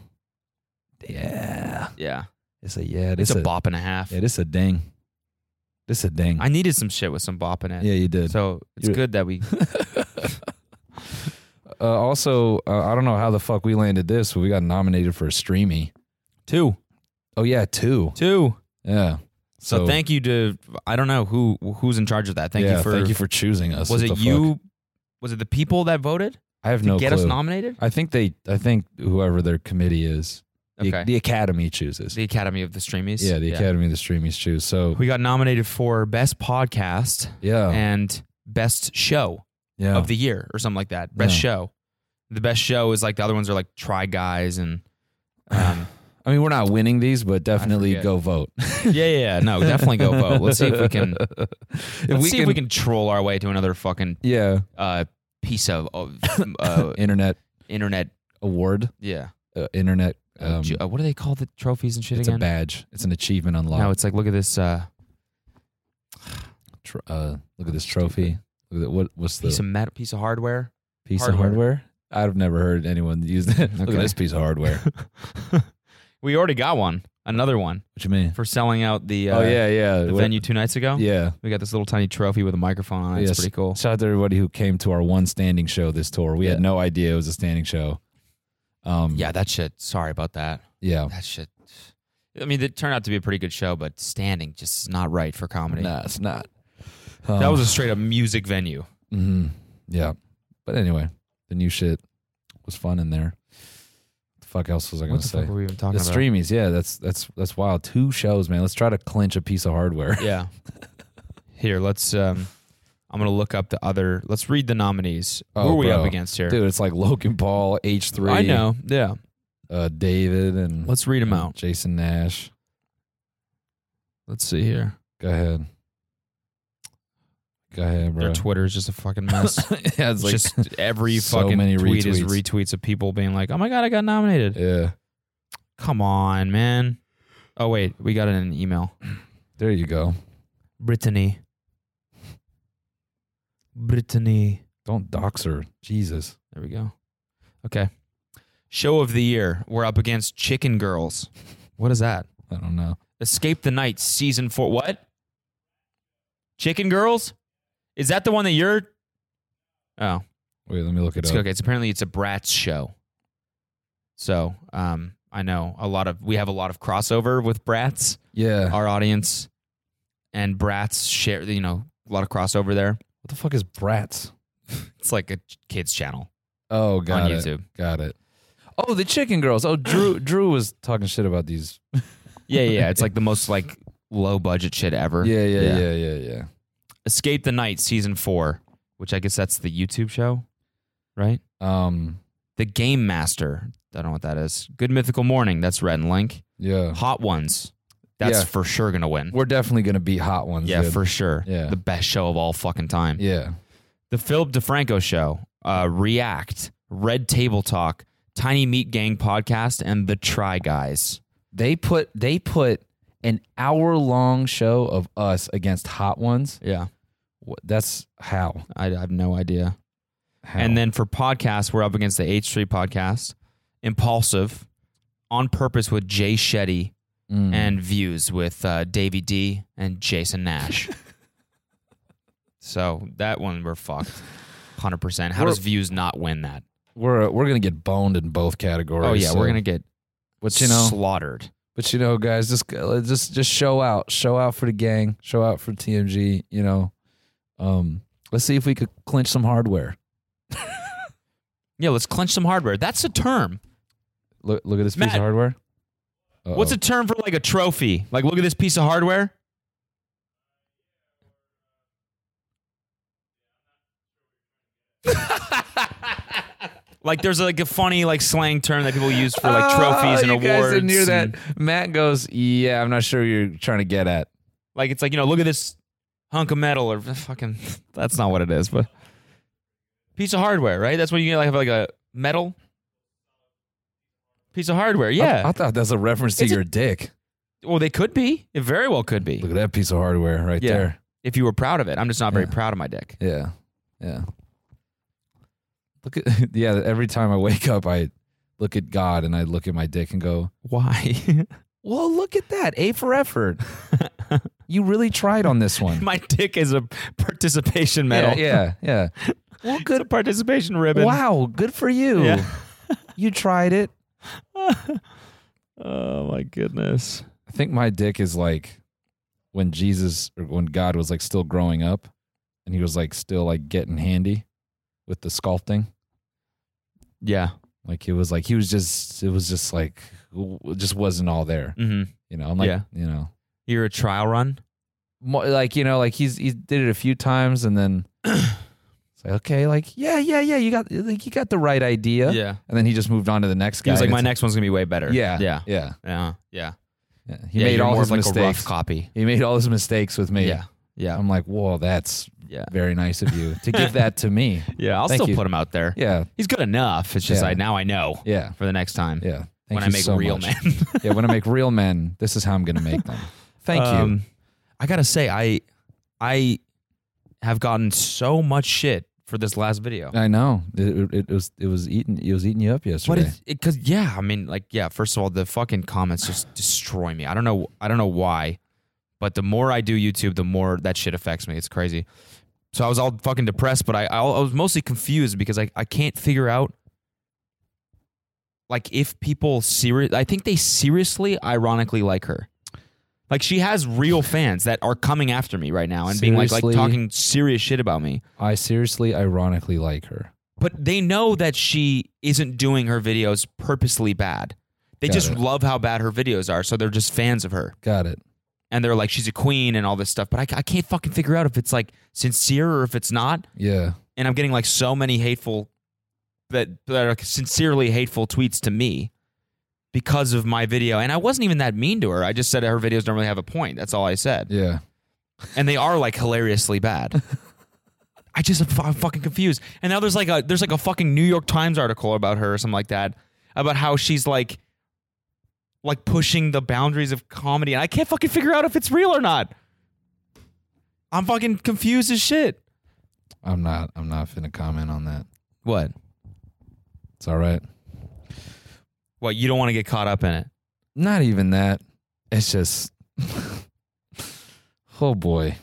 Speaker 6: yeah.
Speaker 5: Yeah.
Speaker 6: It's a, yeah.
Speaker 5: It's, a, bop and a half.
Speaker 6: It is a ding. It's a ding.
Speaker 5: I needed some shit with some bop in it.
Speaker 6: yeah, you did.
Speaker 5: So it's
Speaker 6: You're-
Speaker 5: good that we.
Speaker 6: Uh, also, uh, I don't know how the fuck we landed this, but we got nominated for a streamy.
Speaker 5: two.
Speaker 6: Oh yeah, two.
Speaker 5: Two.
Speaker 6: Yeah.
Speaker 5: So, thank you to I don't know who who's in charge of that. Thank
Speaker 6: yeah,
Speaker 5: you for
Speaker 6: thank you for choosing us.
Speaker 5: was
Speaker 6: What
Speaker 5: it
Speaker 6: the
Speaker 5: you
Speaker 6: fuck?
Speaker 5: was it the people that voted
Speaker 6: I have
Speaker 5: to
Speaker 6: no
Speaker 5: get
Speaker 6: clue.
Speaker 5: us nominated?
Speaker 6: I think they. I think whoever their committee is, the,
Speaker 5: Okay.
Speaker 6: the academy chooses.
Speaker 5: The Academy of the Streamies.
Speaker 6: yeah, the academy of the streamies choose. So
Speaker 5: We got nominated for best podcast
Speaker 6: yeah,
Speaker 5: and best show
Speaker 6: yeah,
Speaker 5: of the year or something like that. Best
Speaker 6: Oh. Yeah.
Speaker 5: show. The best show is like the other ones are like Try Guys and um,
Speaker 6: I mean, we're not winning these, but definitely
Speaker 5: forget.
Speaker 6: go vote.
Speaker 5: yeah, yeah, yeah. No, definitely go vote. Let's see if we can.
Speaker 6: If
Speaker 5: Let's see if we can troll our way to another fucking
Speaker 6: Yeah,
Speaker 5: uh, piece of, of uh,
Speaker 6: internet
Speaker 5: internet.
Speaker 6: award,
Speaker 5: Yeah.
Speaker 6: uh, internet.
Speaker 5: Uh,
Speaker 6: Um,
Speaker 5: ju- uh, what do they call the trophies and shit
Speaker 6: it's a
Speaker 5: again?
Speaker 6: badge. It's an achievement unlocked.
Speaker 5: no, it's like look at this uh,
Speaker 6: tr- uh, look at this trophy. Look at what? What's the
Speaker 5: piece of metal, piece of hardware.
Speaker 6: piece
Speaker 5: hardware.
Speaker 6: of hardware? I've never heard anyone use that. Look
Speaker 5: Okay.
Speaker 6: at this piece of hardware.
Speaker 5: we already got one, another one
Speaker 6: What you mean?
Speaker 5: for selling out the uh,
Speaker 6: oh yeah, yeah.
Speaker 5: the
Speaker 6: What-
Speaker 5: venue two nights ago.
Speaker 6: Yeah.
Speaker 5: We got this little tiny trophy with a microphone on it.
Speaker 6: Yes.
Speaker 5: It's pretty cool.
Speaker 6: Shout out to everybody who came to our one standing show this tour. We
Speaker 5: Yeah.
Speaker 6: had no idea it was a standing show. Um,
Speaker 5: Yeah, that shit. Sorry about that.
Speaker 6: yeah.
Speaker 5: That shit. I mean, it turned out to be a pretty good show, but standing just is not right for comedy.
Speaker 6: Nah, it's not. Oh.
Speaker 5: That was a straight up music venue.
Speaker 6: hmm yeah. But anyway, the new shit was fun in there. The fuck else was I gonna
Speaker 5: What the
Speaker 6: say?
Speaker 5: fuck were we even
Speaker 6: The
Speaker 5: talking about?
Speaker 6: streamies, yeah, that's that's that's wild. Two shows, man. Let's try to clinch a piece of hardware.
Speaker 5: Yeah. Here, let's. Um, I'm gonna look up the other. Let's read the nominees.
Speaker 6: Oh,
Speaker 5: Who are we up
Speaker 6: bro.
Speaker 5: against here?
Speaker 6: Dude, it's like Logan Paul, H three.
Speaker 5: I know. Yeah.
Speaker 6: uh, David and
Speaker 5: Let's read them out.
Speaker 6: Jason Nash.
Speaker 5: Let's see here.
Speaker 6: Go ahead. Go ahead, bro.
Speaker 5: Their Twitter is just a fucking mess.
Speaker 6: yeah, it's
Speaker 5: it's
Speaker 6: like,
Speaker 5: just every
Speaker 6: so
Speaker 5: fucking
Speaker 6: many
Speaker 5: tweet is
Speaker 6: retweets.
Speaker 5: retweets of people being like, "Oh my god, I got nominated."
Speaker 6: yeah.
Speaker 5: Come on, man. Oh wait, we got it in an email.
Speaker 6: There you go.
Speaker 5: Brittany. Brittany.
Speaker 6: Don't dox her. Jesus.
Speaker 5: There we go. Okay. Show of the year. We're up against Chicken Girls. What is that?
Speaker 6: I don't know.
Speaker 5: Escape the Night season four. What? Chicken Girls? Is that the one that you're? Oh,
Speaker 6: Wait, let me look it
Speaker 5: it's
Speaker 6: up.
Speaker 5: okay. It's apparently it's a Bratz show. So um, I know a lot of we have a lot of crossover with Bratz,
Speaker 6: Yeah.
Speaker 5: our audience, and Bratz share. You know, a lot of crossover there.
Speaker 6: What the fuck is brats?
Speaker 5: It's like a kids channel
Speaker 6: Oh, got
Speaker 5: on
Speaker 6: it.
Speaker 5: YouTube.
Speaker 6: Got it. Oh, the chicken girls. Oh, Drew. Drew was talking shit about these.
Speaker 5: Yeah, yeah. It's like the most like low budget shit ever.
Speaker 6: Yeah, yeah, yeah, yeah, yeah.
Speaker 5: Escape the Night season four, which I guess that's the YouTube show, right?
Speaker 6: Um.
Speaker 5: The Game Master. I don't know what that is. Good Mythical Morning. That's Red and Link.
Speaker 6: Yeah.
Speaker 5: Hot Ones. That's
Speaker 6: Yeah.
Speaker 5: for sure gonna win.
Speaker 6: We're definitely gonna beat hot ones.
Speaker 5: yeah,
Speaker 6: dude.
Speaker 5: for sure.
Speaker 6: Yeah.
Speaker 5: The best show of all fucking time.
Speaker 6: Yeah.
Speaker 5: The Philip DeFranco show. Uh, React. Red Table Talk. Tiny Meat Gang podcast and the Try Guys.
Speaker 6: They put they put an hour long show of us against hot ones.
Speaker 5: Yeah,
Speaker 6: Wh- That's how.
Speaker 5: I, I have no idea.
Speaker 6: how.
Speaker 5: And then for podcasts, we're up against the H Street podcast, Impulsive, On Purpose with Jay Shetty,
Speaker 6: Mm.
Speaker 5: and Views with uh, Davey D and Jason Nash. so that one we're fucked, hundred percent. How does Views not win that?
Speaker 6: we're we're gonna get boned in both categories.
Speaker 5: Oh yeah,
Speaker 6: so-
Speaker 5: we're gonna get
Speaker 6: But you know,
Speaker 5: slaughtered.
Speaker 6: But you know, guys, just uh, just just show out, show out for the gang, show out for TMG. You know, um, let's see if we could clinch some hardware.
Speaker 5: Yeah, let's clench some hardware. That's a term.
Speaker 6: Look, look at this piece
Speaker 5: Matt.
Speaker 6: of hardware. Uh-oh.
Speaker 5: What's a term for like a trophy? Like, look at this piece of hardware. Like there's like a funny like slang term that people use for like trophies and
Speaker 6: Ah, you
Speaker 5: awards.
Speaker 6: Guys didn't hear
Speaker 5: and-
Speaker 6: that. Matt goes, "Yeah, I'm not sure what you're trying to get at."
Speaker 5: Like it's like you know, look at this hunk of metal or fucking. That's not what it is, but piece of hardware, right? That's what you get like have like a metal piece of hardware. Yeah.
Speaker 6: I, I thought that's a reference to
Speaker 5: It's a-
Speaker 6: your dick.
Speaker 5: well, they could be. It very well could be.
Speaker 6: Look at that piece of hardware right
Speaker 5: Yeah.
Speaker 6: there.
Speaker 5: If you were proud of it, I'm just not very
Speaker 6: Yeah.
Speaker 5: proud of my dick.
Speaker 6: Yeah, yeah. Look at yeah. Every time I wake up, I look at God and I look at my dick and go,
Speaker 5: Why?
Speaker 6: "Well, look at that. A for effort. you really tried on this one.
Speaker 5: my dick is a participation
Speaker 6: Yeah,
Speaker 5: medal.
Speaker 6: yeah, yeah. Well,
Speaker 5: It's
Speaker 6: good.
Speaker 5: a participation ribbon.
Speaker 6: Wow, good for you.
Speaker 5: Yeah.
Speaker 6: you tried it.
Speaker 5: Oh my goodness.
Speaker 6: I think my dick is like when Jesus or when God was like still growing up and he was like still like getting handy with the sculpting.
Speaker 5: Yeah.
Speaker 6: Like it was like he was just it was just like w- just wasn't all there.
Speaker 5: Mm-hmm.
Speaker 6: You know, I'm like,
Speaker 5: Yeah.
Speaker 6: you know,
Speaker 5: You're a trial run.
Speaker 6: more, like you know, like he's he did it a few times and then it's like okay, like yeah, yeah, yeah, you got like you got the right idea.
Speaker 5: Yeah.
Speaker 6: And then he just moved on to the next guy.
Speaker 5: He was like,
Speaker 6: and
Speaker 5: my
Speaker 6: it's-
Speaker 5: next one's gonna be way better.
Speaker 6: Yeah.
Speaker 5: Yeah.
Speaker 6: Yeah.
Speaker 5: Yeah. Yeah.
Speaker 6: yeah. He
Speaker 5: Yeah,
Speaker 6: made
Speaker 5: you're
Speaker 6: all
Speaker 5: more
Speaker 6: his
Speaker 5: of like a rough
Speaker 6: mistakes.
Speaker 5: copy.
Speaker 6: he made all his mistakes with me.
Speaker 5: Yeah. Um, Yeah.
Speaker 6: I'm like, whoa, that's
Speaker 5: Yeah.
Speaker 6: very nice of you to give that to me.
Speaker 5: Yeah. I'll
Speaker 6: Thank
Speaker 5: still
Speaker 6: you.
Speaker 5: put him out there.
Speaker 6: Yeah,
Speaker 5: He's good enough. It's just
Speaker 6: Yeah.
Speaker 5: I now I know
Speaker 6: yeah,
Speaker 5: for the next time
Speaker 6: yeah. Thank
Speaker 5: when I
Speaker 6: you
Speaker 5: make
Speaker 6: so
Speaker 5: real
Speaker 6: much.
Speaker 5: men.
Speaker 6: yeah, when I make real men, this is how I'm going to make them. Thank you.
Speaker 5: Um, I gotta say, I I have gotten so much shit for this last video.
Speaker 6: I know it, it, it was it was eating it was eating you up
Speaker 5: But
Speaker 6: yesterday.
Speaker 5: it's because yeah, I mean, like yeah. First of all, the fucking comments just destroy me. I don't know. I don't know why, but the more I do YouTube, the more that shit affects me. It's crazy. So I was all fucking depressed, but I I was mostly confused because I I can't figure out like if people serious. I think they seriously, ironically, like her. Like she has real fans that are coming after me right now and being like like
Speaker 6: Seriously?
Speaker 5: talking serious shit about me
Speaker 6: I seriously, ironically like her.
Speaker 5: but they know that she isn't doing her videos purposely bad. They
Speaker 6: Got
Speaker 5: just
Speaker 6: it.
Speaker 5: love how bad her videos are, so they're just fans of her,
Speaker 6: Got it.
Speaker 5: and they're like, she's a queen and all this stuff. But I, I can't fucking figure out if it's like sincere or if it's not.
Speaker 6: Yeah,
Speaker 5: And I'm getting like so many hateful that that are sincerely hateful tweets to me because of my video. And I wasn't even that mean to her. I just said her videos don't really have a point. That's all I said
Speaker 6: yeah.
Speaker 5: and they are like hilariously bad. I just am fu- I'm fucking confused. And now there's like a there's like a fucking New York Times article about her or something like that about how she's like like pushing the boundaries of comedy and I can't fucking figure out if it's real or not. I'm fucking confused as shit.
Speaker 6: I'm not. I'm not finna comment on that.
Speaker 5: What?
Speaker 6: It's all right.
Speaker 5: What you don't want to get caught up in it.
Speaker 6: Not even that. It's just. oh boy.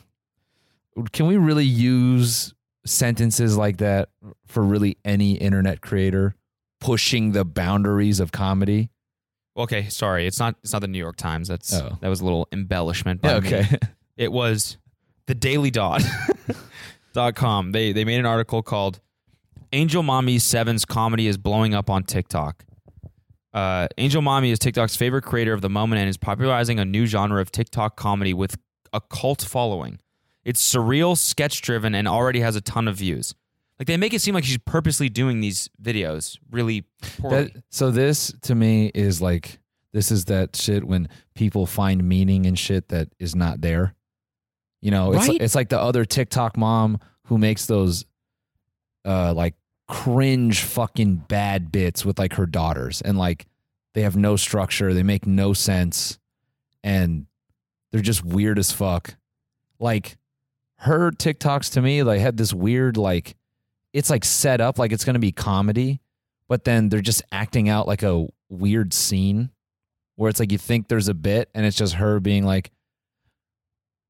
Speaker 6: Can we really use sentences like that for really any internet creator pushing the boundaries of comedy?
Speaker 5: Okay, sorry. It's not it's not the New York Times. That's
Speaker 6: Oh.
Speaker 5: that was a little embellishment by me. It was the Daily Dot dot com. They they made an article called "Angel Mommy Seven's Comedy is Blowing Up on TikTok." Uh, Angel Mommy is TikTok's favorite creator of the moment and is popularizing a new genre of TikTok comedy with a cult following. It's surreal, sketch driven, and already has a ton of views. Like they make it seem like she's purposely doing these videos really poorly.
Speaker 6: That, so this to me is like this is that shit when people find meaning in shit that is not there. You know, it's
Speaker 5: Right?
Speaker 6: it's like the other TikTok mom who makes those uh like cringe fucking bad bits with like her daughters and like they have no structure, they make no sense and they're just weird as fuck. Like her TikToks to me like had this weird like it's like set up like it's going to be comedy, but then they're just acting out like a weird scene where it's like you think there's a bit and it's just her being like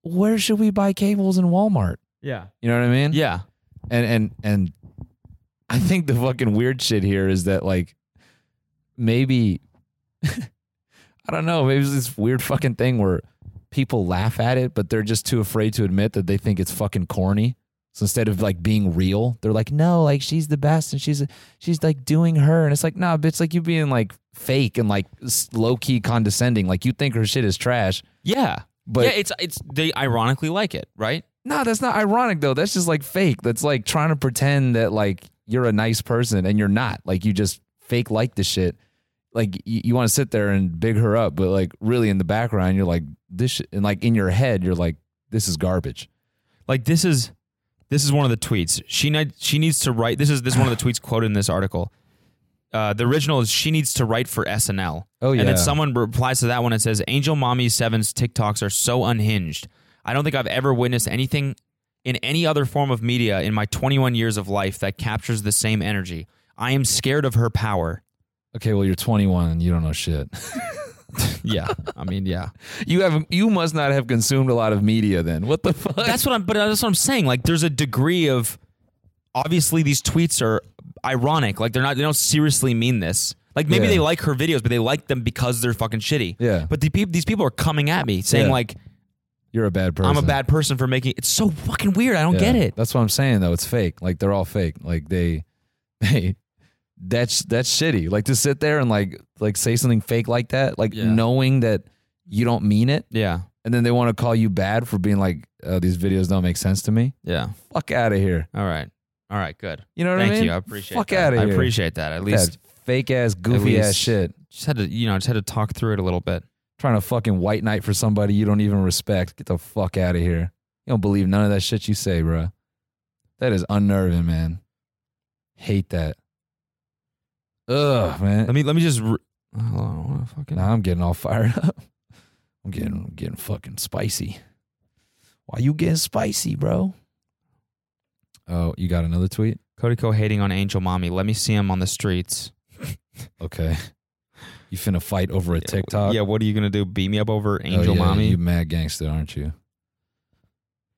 Speaker 6: where should we buy cables in Walmart?
Speaker 5: yeah,
Speaker 6: You know what I mean?
Speaker 5: yeah,
Speaker 6: And and and I think the fucking weird shit here is that like maybe I don't know, maybe it's this weird fucking thing where people laugh at it, but they're just too afraid to admit that they think it's fucking corny. So instead of like being real, they're like, no, like she's the best and she's she's like doing her. And it's like, nah, bitch, like you being like fake and like low key condescending. Like you think her shit is trash.
Speaker 5: yeah.
Speaker 6: But
Speaker 5: yeah, it's it's they ironically like it, right?
Speaker 6: no, that's not ironic though. That's just like fake. That's like trying to pretend that like you're a nice person and you're not. Like you just fake like the shit. Like you, you want to sit there and big her up, but like really in the background, you're like this, shit, and like in your head, you're like this is garbage.
Speaker 5: like this is this is one of the tweets she need, she needs to write this is this is one of the tweets quoted in this article uh, the original is she needs to write for SNL.
Speaker 6: Oh,
Speaker 5: And
Speaker 6: yeah.
Speaker 5: then someone replies to that one and says, "Angel Mommy Seven's TikToks are so unhinged. I don't think I've ever witnessed anything in any other form of media in my 21 years of life that captures the same energy. I am scared of her power."
Speaker 6: Okay, well you're 21 and you don't know shit.
Speaker 5: Yeah, I mean, yeah.
Speaker 6: you have you must not have consumed a lot of media then. What the fuck?
Speaker 5: that's what I'm. But that's what I'm saying. Like, there's a degree of obviously these tweets are ironic. Like, they're not. They don't seriously mean this. Like, maybe
Speaker 6: Yeah.
Speaker 5: they like her videos, but they like them because they're fucking shitty.
Speaker 6: Yeah.
Speaker 5: But the peop these people are coming at me saying
Speaker 6: Yeah.
Speaker 5: like,
Speaker 6: you're a bad person.
Speaker 5: I'm a bad person for making. It's so fucking weird. I don't
Speaker 6: Yeah.
Speaker 5: get it.
Speaker 6: That's what I'm saying though. It's fake. Like they're all fake. Like they, they, that's that's shitty. Like to sit there and like like say something fake like that, like
Speaker 5: Yeah.
Speaker 6: knowing that you don't mean it,
Speaker 5: Yeah.
Speaker 6: and then they want to call you bad for being like, oh, these videos don't make sense to me.
Speaker 5: Yeah.
Speaker 6: Fuck out of here.
Speaker 5: All right. All right. Good.
Speaker 6: You know what
Speaker 5: Thank
Speaker 6: I mean?
Speaker 5: you. I appreciate.
Speaker 6: Fuck
Speaker 5: that.
Speaker 6: outta
Speaker 5: I
Speaker 6: here.
Speaker 5: appreciate that. At least
Speaker 6: fake ass, goofy ass
Speaker 5: least-
Speaker 6: shit.
Speaker 5: just had to. You know, just had to talk through it a little bit.
Speaker 6: Trying to fucking white knight for somebody you don't even respect. Get the fuck out of here. You don't believe none of that shit you say, bruh. That is unnerving, man. Hate that. Ugh, man.
Speaker 5: Let me. Let me just. Re- Hold on, I wanna fucking.
Speaker 6: Now I'm getting all fired up. I'm getting getting fucking spicy. Why you getting spicy, bro? Oh, you got another tweet?
Speaker 5: Cody Co hating on Angel Mommy. Let me see him on the streets.
Speaker 6: Okay. You finna fight over a TikTok?
Speaker 5: Yeah, what are you gonna do? Beat me up over
Speaker 6: Oh,
Speaker 5: Angel
Speaker 6: yeah,
Speaker 5: Mommy?
Speaker 6: You mad gangster, aren't you?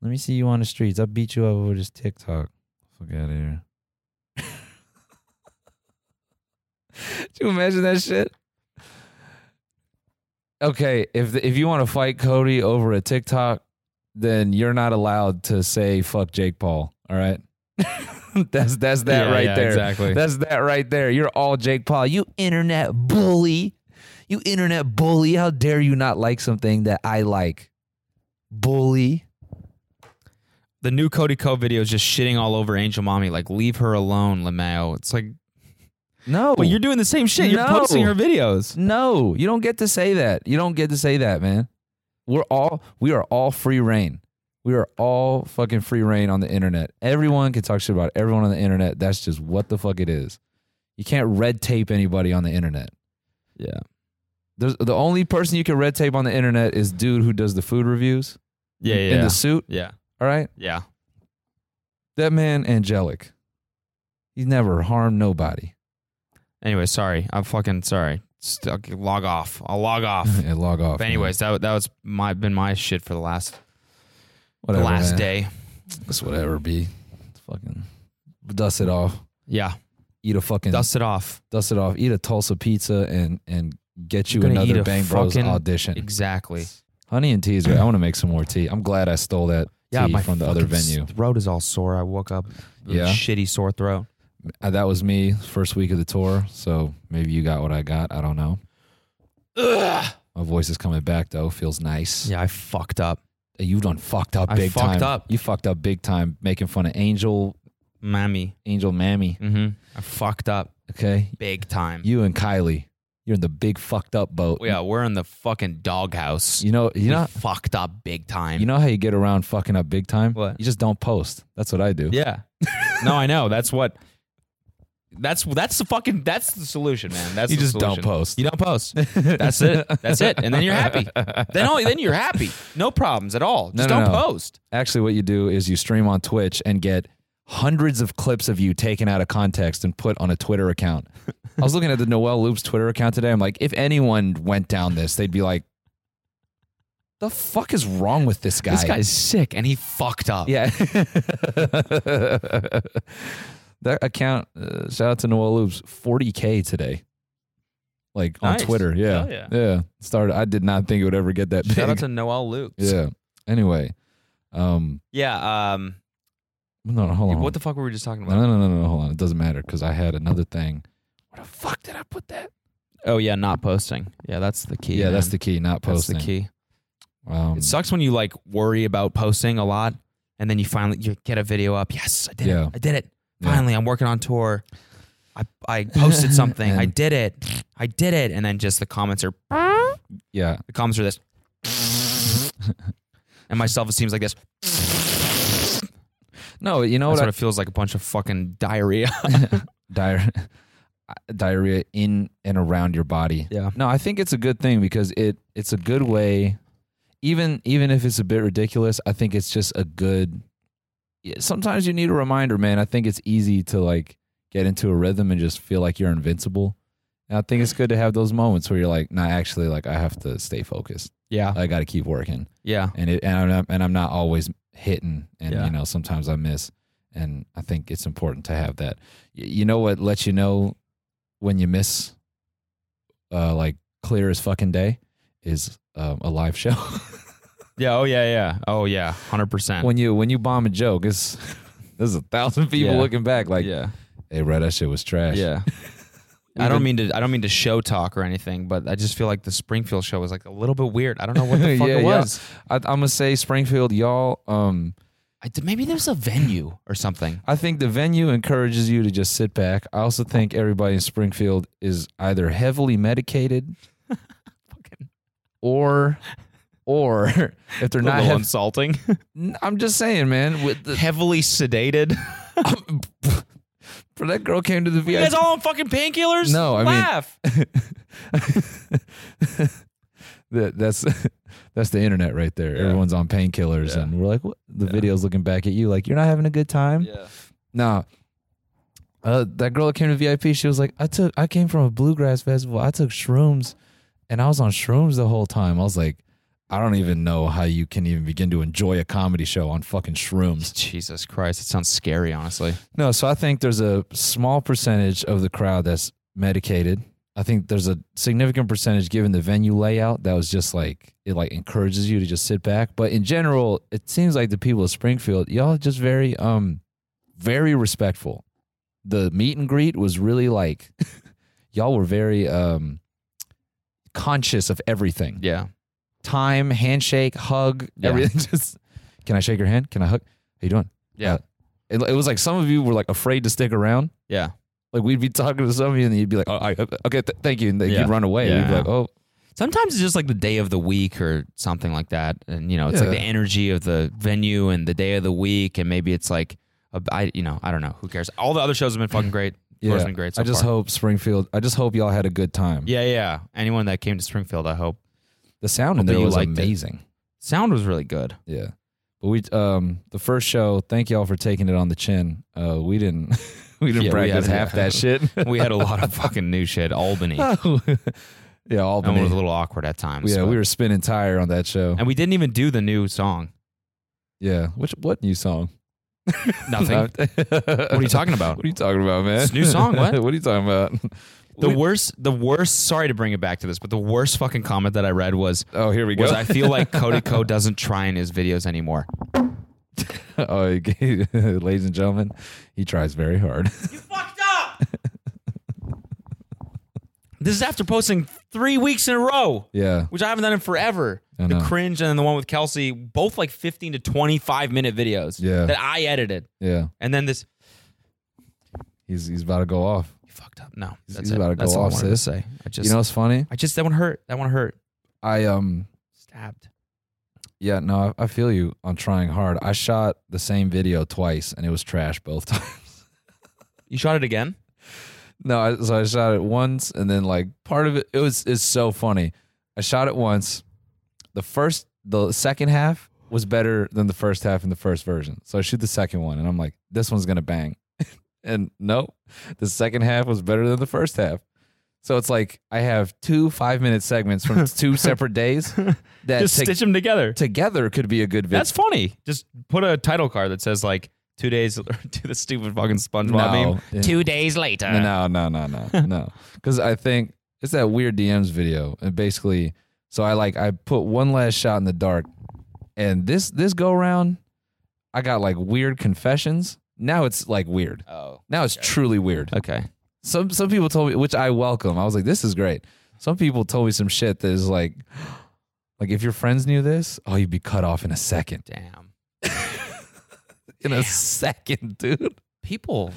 Speaker 6: Let me see you on the streets. I beat you up over this TikTok. Fuck out of here. Do you imagine that shit? Okay, if if you want to fight Cody over a TikTok, then you're not allowed to say fuck Jake Paul. All right. that's that's that
Speaker 5: Yeah,
Speaker 6: right
Speaker 5: yeah,
Speaker 6: there.
Speaker 5: exactly.
Speaker 6: That's that right there. You're all Jake Paul. You internet bully. You internet bully. How dare you not like something that I like? Bully.
Speaker 5: the new Cody Co video is just shitting all over Angel Mommy. Like, leave her alone, Lameo. It's like,
Speaker 6: No.
Speaker 5: but you're doing the same shit. You're
Speaker 6: No.
Speaker 5: posting her videos.
Speaker 6: No, you don't get to say that. You don't get to say that, man. We're all we are all free reign. We are all fucking free reign on the internet. Everyone can talk shit about everyone on the internet. That's just what the fuck it is. You can't red tape anybody on the internet.
Speaker 5: Yeah.
Speaker 6: There's, the only person you can red tape on the internet is dude who does the food reviews
Speaker 5: Yeah, yeah,
Speaker 6: in
Speaker 5: yeah.
Speaker 6: the suit.
Speaker 5: yeah,
Speaker 6: All right,
Speaker 5: yeah.
Speaker 6: that man angelic. He's never harmed nobody.
Speaker 5: Anyway, sorry. I'm fucking sorry. Just, I'll log off. I'll log off.
Speaker 6: and log off.
Speaker 5: but
Speaker 6: man.
Speaker 5: anyways, that that was my been my shit for the last the
Speaker 6: whatever,
Speaker 5: last
Speaker 6: man.
Speaker 5: day.
Speaker 6: It's whatever. Be fucking dust it off.
Speaker 5: Yeah,
Speaker 6: Eat a fucking
Speaker 5: dust it off.
Speaker 6: dust it off, eat a Tulsa pizza, and and get you
Speaker 5: Gonna eat
Speaker 6: another
Speaker 5: a
Speaker 6: Bang Bros
Speaker 5: fucking-
Speaker 6: audition.
Speaker 5: Exactly.
Speaker 6: Honey and teas, right? I want to make some more tea. I'm glad I stole that
Speaker 5: Yeah,
Speaker 6: tea
Speaker 5: my
Speaker 6: from the other
Speaker 5: fucking
Speaker 6: venue.
Speaker 5: Throat is all sore. I woke up. with
Speaker 6: Yeah.
Speaker 5: shitty sore throat.
Speaker 6: Uh, That was me first week of the tour, so maybe you got what I got. I don't know. My voice is coming back though. Feels nice.
Speaker 5: Yeah, I fucked up.
Speaker 6: Hey, You done fucked up
Speaker 5: I
Speaker 6: big
Speaker 5: fucked
Speaker 6: time.
Speaker 5: up.
Speaker 6: You fucked up big time making fun of Angel
Speaker 5: Mammy.
Speaker 6: Angel Mammy.
Speaker 5: Mm-hmm. I fucked up
Speaker 6: Okay.
Speaker 5: big time. Oh,
Speaker 6: You and Kylie. You're in the big fucked up boat.
Speaker 5: yeah, we're in the fucking doghouse.
Speaker 6: You know,
Speaker 5: We
Speaker 6: you know
Speaker 5: fucked up big time.
Speaker 6: you know how you get around fucking up big time?
Speaker 5: What?
Speaker 6: You just don't post. That's what I do.
Speaker 5: yeah. no, I know. That's what. That's that's the fucking that's the solution, man. That's
Speaker 6: You
Speaker 5: the
Speaker 6: just don't
Speaker 5: solution.
Speaker 6: post.
Speaker 5: You don't post. That's it. That's it. And then you're happy. Then only then you're happy. No problems at all. Just
Speaker 6: no,
Speaker 5: don't
Speaker 6: no.
Speaker 5: post.
Speaker 6: Actually, what you do is you stream on Twitch and get hundreds of clips of you taken out of context and put on a Twitter account. I was looking at the Noel Loops Twitter account today. I'm like, if anyone went down this, they'd be like, the fuck is wrong with this guy?
Speaker 5: This guy's sick and he fucked up.
Speaker 6: yeah. that account, uh, shout out to Noel Loops, 40K today. Like on
Speaker 5: Nice.
Speaker 6: Twitter. Yeah.
Speaker 5: Hell yeah.
Speaker 6: Started, I did not think it would ever get that big.
Speaker 5: Shout out to Noel Luke.
Speaker 6: yeah. Anyway, um,
Speaker 5: Yeah. Um.
Speaker 6: No, no, hold on.
Speaker 5: What the fuck were we just talking
Speaker 6: No,
Speaker 5: about?
Speaker 6: no, no, no, no, hold on. It doesn't matter because I had another thing. Where the fuck did I put that?
Speaker 5: Oh yeah, not posting. Yeah, that's the key.
Speaker 6: Yeah, that's
Speaker 5: man.
Speaker 6: the key. Not
Speaker 5: That's
Speaker 6: posting.
Speaker 5: the key.
Speaker 6: Um,
Speaker 5: It sucks when you like worry about posting a lot and then you finally you get a video up. Yes, I did
Speaker 6: Yeah.
Speaker 5: it. I did it. Finally, I'm working on tour. I, I posted something. I did it. I did it. And then just the comments are
Speaker 6: Yeah.
Speaker 5: the comments are this. and my self esteem's like this.
Speaker 6: No, you know
Speaker 5: That's
Speaker 6: what?
Speaker 5: what it feels like a bunch of fucking diarrhea.
Speaker 6: diar- diarrhea in and around your body.
Speaker 5: Yeah.
Speaker 6: No, I think it's a good thing because it it's a good way even even if it's a bit ridiculous, I think it's just a good yeah, sometimes you need a reminder, man. I think it's easy to like get into a rhythm and just feel like you're invincible. And I think it's good to have those moments where you're like, nah, actually like I have to stay focused.
Speaker 5: yeah.
Speaker 6: I got to keep working."
Speaker 5: Yeah.
Speaker 6: and it and I'm not, and I'm not always hitting, and
Speaker 5: Yeah.
Speaker 6: you know sometimes I miss, and I think it's important to have that. Y- You know what lets you know when you miss, uh, like clear as fucking day, is um, a live show.
Speaker 5: Yeah. Oh, yeah. Yeah. Oh, yeah. 100%.
Speaker 6: when you when you bomb a joke, it's there's a thousand people
Speaker 5: Yeah.
Speaker 6: looking back like,
Speaker 5: yeah.
Speaker 6: hey, bro, that shit was trash.
Speaker 5: Yeah. I don't mean to. I don't mean to show talk or anything, but I just feel like the Springfield show was like a little bit weird. I don't know what the fuck
Speaker 6: Yeah,
Speaker 5: it
Speaker 6: yeah.
Speaker 5: was.
Speaker 6: I, I'm gonna say Springfield, y'all. Um,
Speaker 5: I d maybe there's a venue or something.
Speaker 6: I think the venue encourages you to just sit back. I also think everybody in Springfield is either heavily medicated or or if they're not hev-
Speaker 5: insulting.
Speaker 6: N- I'm just saying, man, with the,
Speaker 5: Heavily sedated.
Speaker 6: for that girl came to the
Speaker 5: You
Speaker 6: VIP.
Speaker 5: guys all on fucking painkillers?
Speaker 6: No, I mean-
Speaker 5: Laugh.
Speaker 6: That- that's that's the internet right there. Everyone's on painkillers and we're like what? the video's looking back at you like you're not having a good time.
Speaker 5: Yeah.
Speaker 6: Nah. Uh, that girl that came to VIP, she was like, I took I came from a bluegrass festival. I took shrooms and I was on shrooms the whole time. I was like, I don't even know how you can even begin to enjoy a comedy show on fucking shrooms.
Speaker 5: Jesus Christ, it sounds scary. Honestly,
Speaker 6: No, so I think there's a small percentage of the crowd that's medicated. I think there's a significant percentage given the venue layout that was just like it like encourages you to just sit back. But in general, it seems like the people of Springfield, y'all just very um very respectful. The meet and greet was really like y'all were very um conscious of everything.
Speaker 5: yeah.
Speaker 6: Time, handshake, hug,
Speaker 5: Yeah.
Speaker 6: everything just can I shake your hand? Can I hug? How you doing?
Speaker 5: Yeah.
Speaker 6: Uh, it, it was like some of you were like afraid to stick around.
Speaker 5: Yeah.
Speaker 6: Like we'd be talking to some of you, and then you'd be like, "Oh, I, okay, th- thank you," and then
Speaker 5: Yeah.
Speaker 6: you'd run away. You'd be
Speaker 5: Yeah.
Speaker 6: like, "Oh,
Speaker 5: Sometimes it's just like the day of the week or something like that, and you know, it's like
Speaker 6: Yeah.
Speaker 5: the energy of the venue and the day of the week, and maybe it's like, a, I you know, I don't know. Who cares? All the other shows have been fucking great.
Speaker 6: yeah."
Speaker 5: Tour's been great. So
Speaker 6: I just
Speaker 5: far.
Speaker 6: hope Springfield. I just hope y'all had a good time.
Speaker 5: Yeah, yeah. Anyone that came to Springfield, I hope
Speaker 6: the sound in
Speaker 5: Hope that
Speaker 6: there
Speaker 5: you
Speaker 6: was
Speaker 5: liked it.
Speaker 6: amazing.
Speaker 5: sound was really good.
Speaker 6: Yeah, but we um the first show. Thank y'all for taking it on the chin. Uh, we didn't we didn't
Speaker 5: Yeah, we
Speaker 6: practice
Speaker 5: had-
Speaker 6: half that shit.
Speaker 5: We had a lot of fucking new shit. Albany. That
Speaker 6: yeah, all
Speaker 5: one was a little awkward at times.
Speaker 6: Ah, yeah,
Speaker 5: but-
Speaker 6: we were spinning tire on that show.
Speaker 5: and we didn't even do the new song.
Speaker 6: Yeah, which what new song?
Speaker 5: Nothing. what are you talking about?
Speaker 6: What are you talking about, man?
Speaker 5: It's a new song, what?
Speaker 6: what are you talking about?
Speaker 5: The worst, the worst. Sorry to bring it back to this, but the worst fucking comment that I read was,
Speaker 6: Oh, here we go.
Speaker 5: was I feel like Cody Co doesn't try in his videos anymore.
Speaker 6: oh, okay. ladies and gentlemen, he tries very hard.
Speaker 5: This is after posting three weeks in a row,
Speaker 6: yeah,
Speaker 5: which I haven't done in forever.
Speaker 6: I
Speaker 5: The
Speaker 6: know.
Speaker 5: cringe and then the one with Kelsey, both like fifteen to twenty-five minute videos
Speaker 6: Yeah.
Speaker 5: that I edited,
Speaker 6: yeah.
Speaker 5: and then this.
Speaker 6: He's he's about to go off.
Speaker 5: You fucked up. No,
Speaker 6: He's-
Speaker 5: that's
Speaker 6: he's
Speaker 5: it.
Speaker 6: about to
Speaker 5: that's
Speaker 6: go
Speaker 5: all
Speaker 6: off,
Speaker 5: I wanted to
Speaker 6: sis.
Speaker 5: say. I just,
Speaker 6: you know what's funny?
Speaker 5: I just that one hurt. That one hurt.
Speaker 6: I um
Speaker 5: Stabbed.
Speaker 6: yeah no I, I feel you on trying hard. I shot the same video twice and it was trash both times.
Speaker 5: You shot it again.
Speaker 6: no, I, so I shot it once and then like part of it it was is so funny. I shot it once. The first the second half was better than the first half in the first version. So I shoot the second one and I'm like this one's gonna bang. and nope, the second half was better than the first half. So it's like I have two five minute segments from two separate days that
Speaker 5: Just
Speaker 6: take-
Speaker 5: stitch them together.
Speaker 6: together could be a good video.
Speaker 5: That's funny. Just put a title card that says like two days to the stupid fucking SpongeBob
Speaker 6: No.
Speaker 5: meme.
Speaker 6: Yeah.
Speaker 5: Two days later.
Speaker 6: no, no, no, no, no. Because I think it's that weird DMs video, and basically, so I like I put one last shot in the dark, and this this go around, I got like weird confessions. Now it's like weird.
Speaker 5: Oh.
Speaker 6: Now it's truly weird.
Speaker 5: Okay.
Speaker 6: Some some people told me, which I welcome. I was like, this is great. Some people told me some shit that is like, like if your friends knew this, oh, you'd be cut off in a second.
Speaker 5: Damn.
Speaker 6: in a second, dude.
Speaker 5: people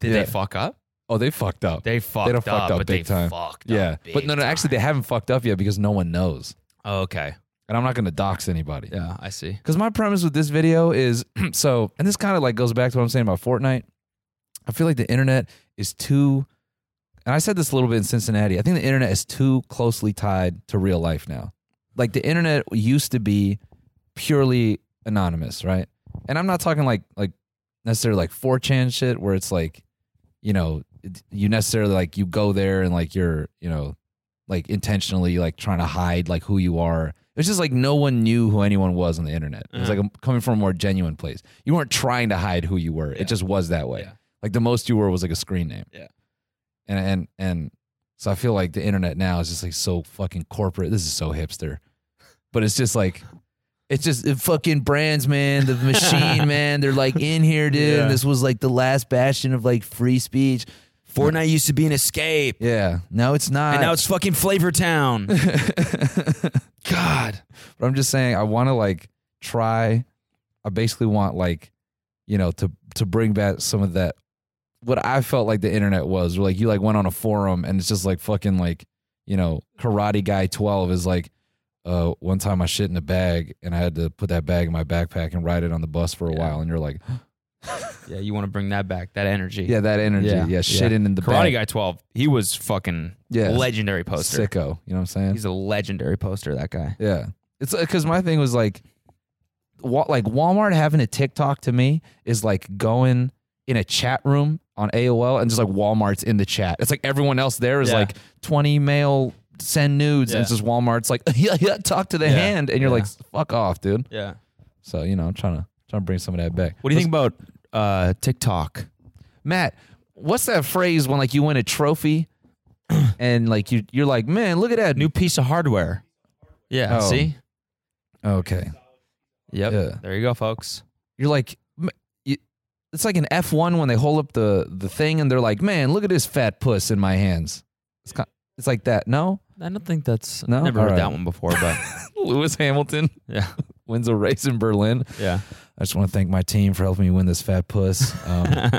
Speaker 5: did
Speaker 6: Yeah.
Speaker 5: they fuck up?
Speaker 6: Oh, they fucked up.
Speaker 5: They fucked
Speaker 6: done
Speaker 5: up,
Speaker 6: fucked up
Speaker 5: but
Speaker 6: big
Speaker 5: they
Speaker 6: time.
Speaker 5: fucked
Speaker 6: yeah,
Speaker 5: up.
Speaker 6: but no, no. Actually, they haven't fucked up yet because no one knows,
Speaker 5: they okay.
Speaker 6: and I'm not going to dox anybody.
Speaker 5: Yeah, I see.
Speaker 6: Because my premise with this video is so, and this kind of like goes back to what I'm saying about Fortnite. I feel like the internet is too, and I said this a little bit in Cincinnati. I think the internet is too closely tied to real life now. Like the internet used to be purely anonymous, right? And I'm not talking like like necessarily like 4chan shit where it's like, you know, it- you necessarily like you go there and like you're, you know, like intentionally like trying to hide like who you are. It's just like no one knew who anyone was on the internet. It was like a- coming from a more genuine place. You weren't trying to hide who you were. It just was that way.
Speaker 5: Yeah.
Speaker 6: Like the most you were was like a screen name.
Speaker 5: Yeah.
Speaker 6: And and and so I feel like the internet now is just like so fucking corporate. This is so hipster. But it's just like it's just it fucking brands, man. The machine, man. They're like in here, dude. And this was like the last bastion of like free speech.
Speaker 5: Fortnite used to be an escape,
Speaker 6: Yeah. No, it's not.
Speaker 5: and now it's fucking Flavor Town.
Speaker 6: God. But I'm just saying, I want to like try. I basically want like, you know, to to bring back some of that. What I felt like the internet was, where like you like went on a forum and it's just like fucking like, you know, karate guy twelve is like, uh, one time I shit in a bag and I had to put that bag in my backpack and ride it on the bus for a while, and you're like,
Speaker 5: yeah, you want to bring that back? That energy.
Speaker 6: yeah, that energy,
Speaker 5: Yeah,
Speaker 6: yeah,
Speaker 5: yeah.
Speaker 6: shitting in the
Speaker 5: Karate
Speaker 6: bag,
Speaker 5: Guy 12. He was fucking
Speaker 6: Yeah.
Speaker 5: legendary poster.
Speaker 6: sicko, you know what I'm saying?
Speaker 5: He's a legendary poster. That guy.
Speaker 6: Yeah. It's because my thing was like, wa- like Walmart having a TikTok to me is like going in a chat room on AOL and just like Walmart's in the chat. It's like everyone else there is
Speaker 5: Yeah.
Speaker 6: like 20 male send nudes and it's
Speaker 5: Yeah.
Speaker 6: just Walmart's like, yeah, yeah, talk to the
Speaker 5: Yeah.
Speaker 6: hand. And you're
Speaker 5: Yeah.
Speaker 6: like, fuck off, dude.
Speaker 5: Yeah.
Speaker 6: So, you know, I'm trying to, trying to bring some of that back.
Speaker 5: What do you think about uh, TikTok?
Speaker 6: Matt, what's that phrase when like you win a trophy and like you, you're like, man, look at that.
Speaker 5: New piece of hardware. Yeah.
Speaker 6: Oh.
Speaker 5: See.
Speaker 6: Okay.
Speaker 5: Yep.
Speaker 6: Yeah.
Speaker 5: There you go, folks.
Speaker 6: you're like m- you- it's like an F1 when they hold up the the thing and they're like, "Man, look at this fat puss in my hands." It's kind, it's like that. No?
Speaker 5: I don't think that's.
Speaker 6: No?
Speaker 5: Never
Speaker 6: All
Speaker 5: heard
Speaker 6: right.
Speaker 5: that one before, but
Speaker 6: Lewis Hamilton
Speaker 5: yeah,
Speaker 6: wins a race in Berlin.
Speaker 5: yeah.
Speaker 6: I just want to thank my team for helping me win this fat puss. Um, I'm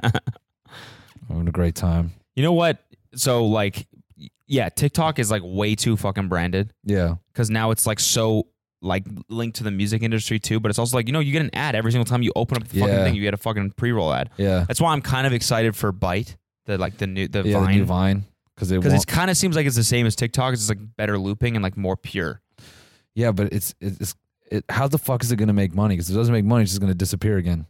Speaker 6: having a great time.
Speaker 5: You know what? So like, y- yeah, TikTok is like way too fucking branded
Speaker 6: Yeah.
Speaker 5: because now it's like so like linked to the music industry too. But it's also like you know you get an ad every single time you open up the fucking
Speaker 6: Yeah.
Speaker 5: thing. You get a fucking pre roll ad.
Speaker 6: Yeah.
Speaker 5: That's why I'm kind of excited for Bite, the like the new the
Speaker 6: yeah, the
Speaker 5: Vine,
Speaker 6: new Vine cuz it
Speaker 5: because
Speaker 6: won't,
Speaker 5: it kind of seems like it's the same as TikTok. It's just like better looping and like more pure.
Speaker 6: Yeah, but it's it's it, how the fuck is it going to make money? Cuz if it doesn't make money, it's just going to disappear again.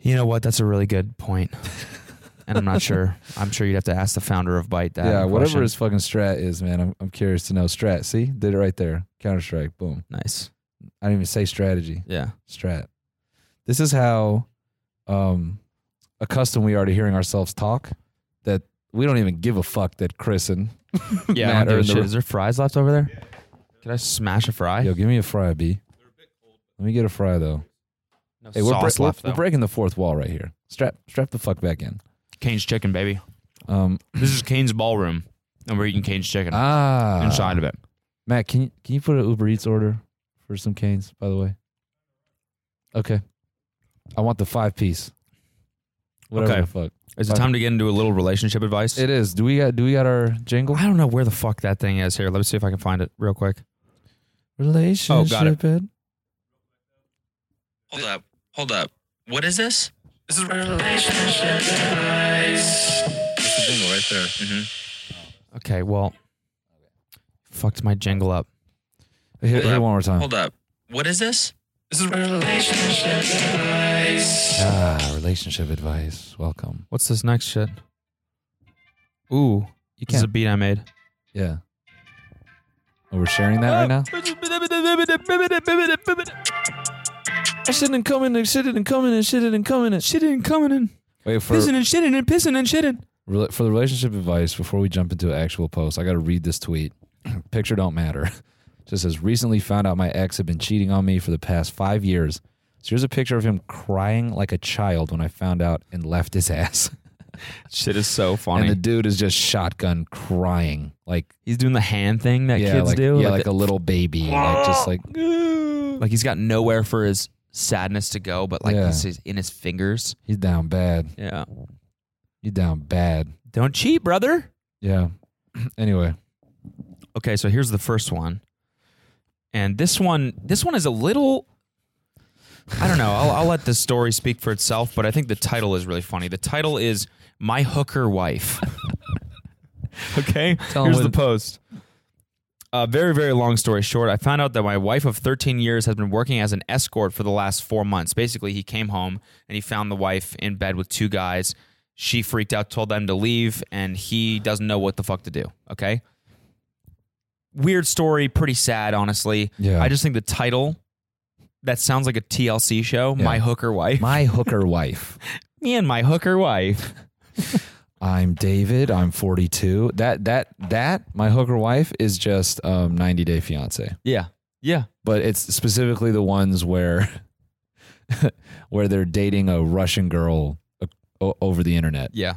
Speaker 5: You know what? That's a really good point. and I'm not sure. I'm sure you'd have to ask the founder of Bite that.
Speaker 6: yeah, whatever
Speaker 5: question.
Speaker 6: his fucking strat is, man. I'm I'm curious to know strat. See? Did it right there. Counter-Strike. Boom.
Speaker 5: nice.
Speaker 6: I didn't even say strategy.
Speaker 5: Yeah.
Speaker 6: strat. This is how um, accustomed we are to hearing ourselves talk that we don't even give a fuck that Chris and
Speaker 5: Yeah. I don't
Speaker 6: Matt
Speaker 5: give
Speaker 6: are
Speaker 5: a
Speaker 6: in the
Speaker 5: shit.
Speaker 6: room.
Speaker 5: Is there fries left over there? Can I smash a fry?
Speaker 6: yo, give me a fry, B. Let me get a fry though.
Speaker 5: No
Speaker 6: Hey, we're,
Speaker 5: sauce left
Speaker 6: break- we're,
Speaker 5: though.
Speaker 6: we're breaking the fourth wall right here. Strap, strap the fuck back in.
Speaker 5: Kane's chicken, baby.
Speaker 6: Um,
Speaker 5: This is Kane's ballroom, and we're eating Kane's chicken
Speaker 6: ah,
Speaker 5: inside of it.
Speaker 6: Matt, can you can you put an Uber Eats order for some canes? By the way, okay. I want the five piece. Whatever
Speaker 5: Okay.
Speaker 6: the fuck
Speaker 5: Is it time to get into a little relationship advice?
Speaker 6: it is. Do we got do we got our jingle?
Speaker 5: I don't know where the fuck that thing is. Here, let me see if I can find it real quick.
Speaker 6: Relationship. ed.
Speaker 8: Hold up. Hold up. What is this? This is relationship advice. That's the jingle right there. Mm-hmm.
Speaker 5: Okay, well, fucked my jingle up.
Speaker 6: Hit, hit it one more time.
Speaker 8: Hold up. What is this? This is relationship advice.
Speaker 6: Ah, relationship advice. Welcome.
Speaker 5: What's this next shit? Ooh, you this is a beat I made.
Speaker 6: Yeah. Oh, we're sharing that right now? I shouldn't come in and shit and coming and shit and coming and
Speaker 5: Shitting and coming and
Speaker 6: Wait for
Speaker 5: pissing and shitting and pissing and shitting.
Speaker 6: rela- for the relationship advice before we jump into an actual post. I got to read this tweet. Picture don't matter. Just says recently found out my ex had been cheating on me for the past 5 years. So here's a picture of him crying like a child when I found out and left his ass.
Speaker 5: Shit is so funny.
Speaker 6: And the dude is just shotgun crying like
Speaker 5: he's doing the hand thing that
Speaker 6: yeah,
Speaker 5: kids
Speaker 6: like,
Speaker 5: do.
Speaker 6: yeah, like,
Speaker 5: the-
Speaker 6: a little baby, like just like
Speaker 5: like he's got nowhere for his sadness to go, but like
Speaker 6: Yeah.
Speaker 5: this is in his fingers.
Speaker 6: He's down bad.
Speaker 5: Yeah.
Speaker 6: He's down bad.
Speaker 5: Don't cheat, brother.
Speaker 6: Yeah. Anyway,
Speaker 5: Okay, so here's the first one. And this one this one is a little I don't know. I'll, I'll let the story speak for itself, but I think the title is really funny. The title is My Hooker Wife. okay?
Speaker 6: Tell 'em
Speaker 5: here's
Speaker 6: what
Speaker 5: the
Speaker 6: it-
Speaker 5: post. A very, very long story short, I found out that my wife of 13 years has been working as an escort for the last four months. Basically, he came home and he found the wife in bed with two guys. She freaked out, told them to leave, and he doesn't know what the fuck to do. Okay? weird story, pretty sad, honestly.
Speaker 6: Yeah.
Speaker 5: I just think the title that sounds like a TLC show,
Speaker 6: Yeah.
Speaker 5: My Hooker Wife.
Speaker 6: my hooker wife.
Speaker 5: Me and my hooker wife.
Speaker 6: I'm David. I'm 42. That that that my hooker wife is just um 90 Day Fiance.
Speaker 5: Yeah. Yeah.
Speaker 6: But it's specifically the ones where where they're dating a Russian girl uh, o- over the internet.
Speaker 5: Yeah.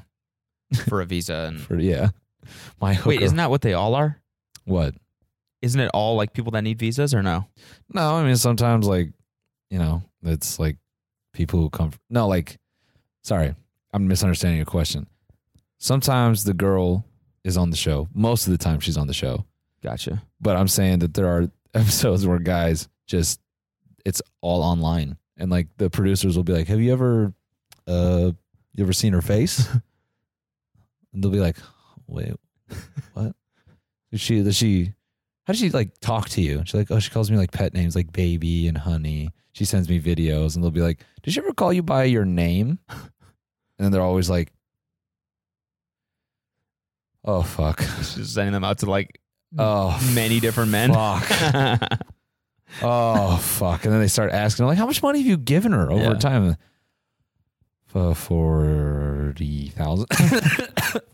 Speaker 5: For a visa and
Speaker 6: For- yeah. My hooker.
Speaker 5: Wait, isn't that what they all are?
Speaker 6: what?
Speaker 5: Isn't it all like people that need visas or no?
Speaker 6: No, I mean sometimes like you know it's like people who come. No, like sorry, I'm misunderstanding your question. Sometimes the girl is on the show. Most of the time she's on the show,
Speaker 5: Gotcha.
Speaker 6: but I'm saying that there are episodes where guys just it's all online, and like the producers will be like, "Have you ever, uh, you ever seen her face?" and they'll be like, "Wait, what? Is she? Does she?" how does she like talk to you? She's like, oh, she calls me like pet names like baby and honey. She sends me videos and they'll be like, did she ever call you by your name? And then they're always like, oh, fuck.
Speaker 5: Just sending them out to like
Speaker 6: Oh,
Speaker 5: many different men.
Speaker 6: Fuck. oh, fuck. And then they start asking, like, how much money have you given her over
Speaker 5: Yeah.
Speaker 6: time? Uh, 40,000.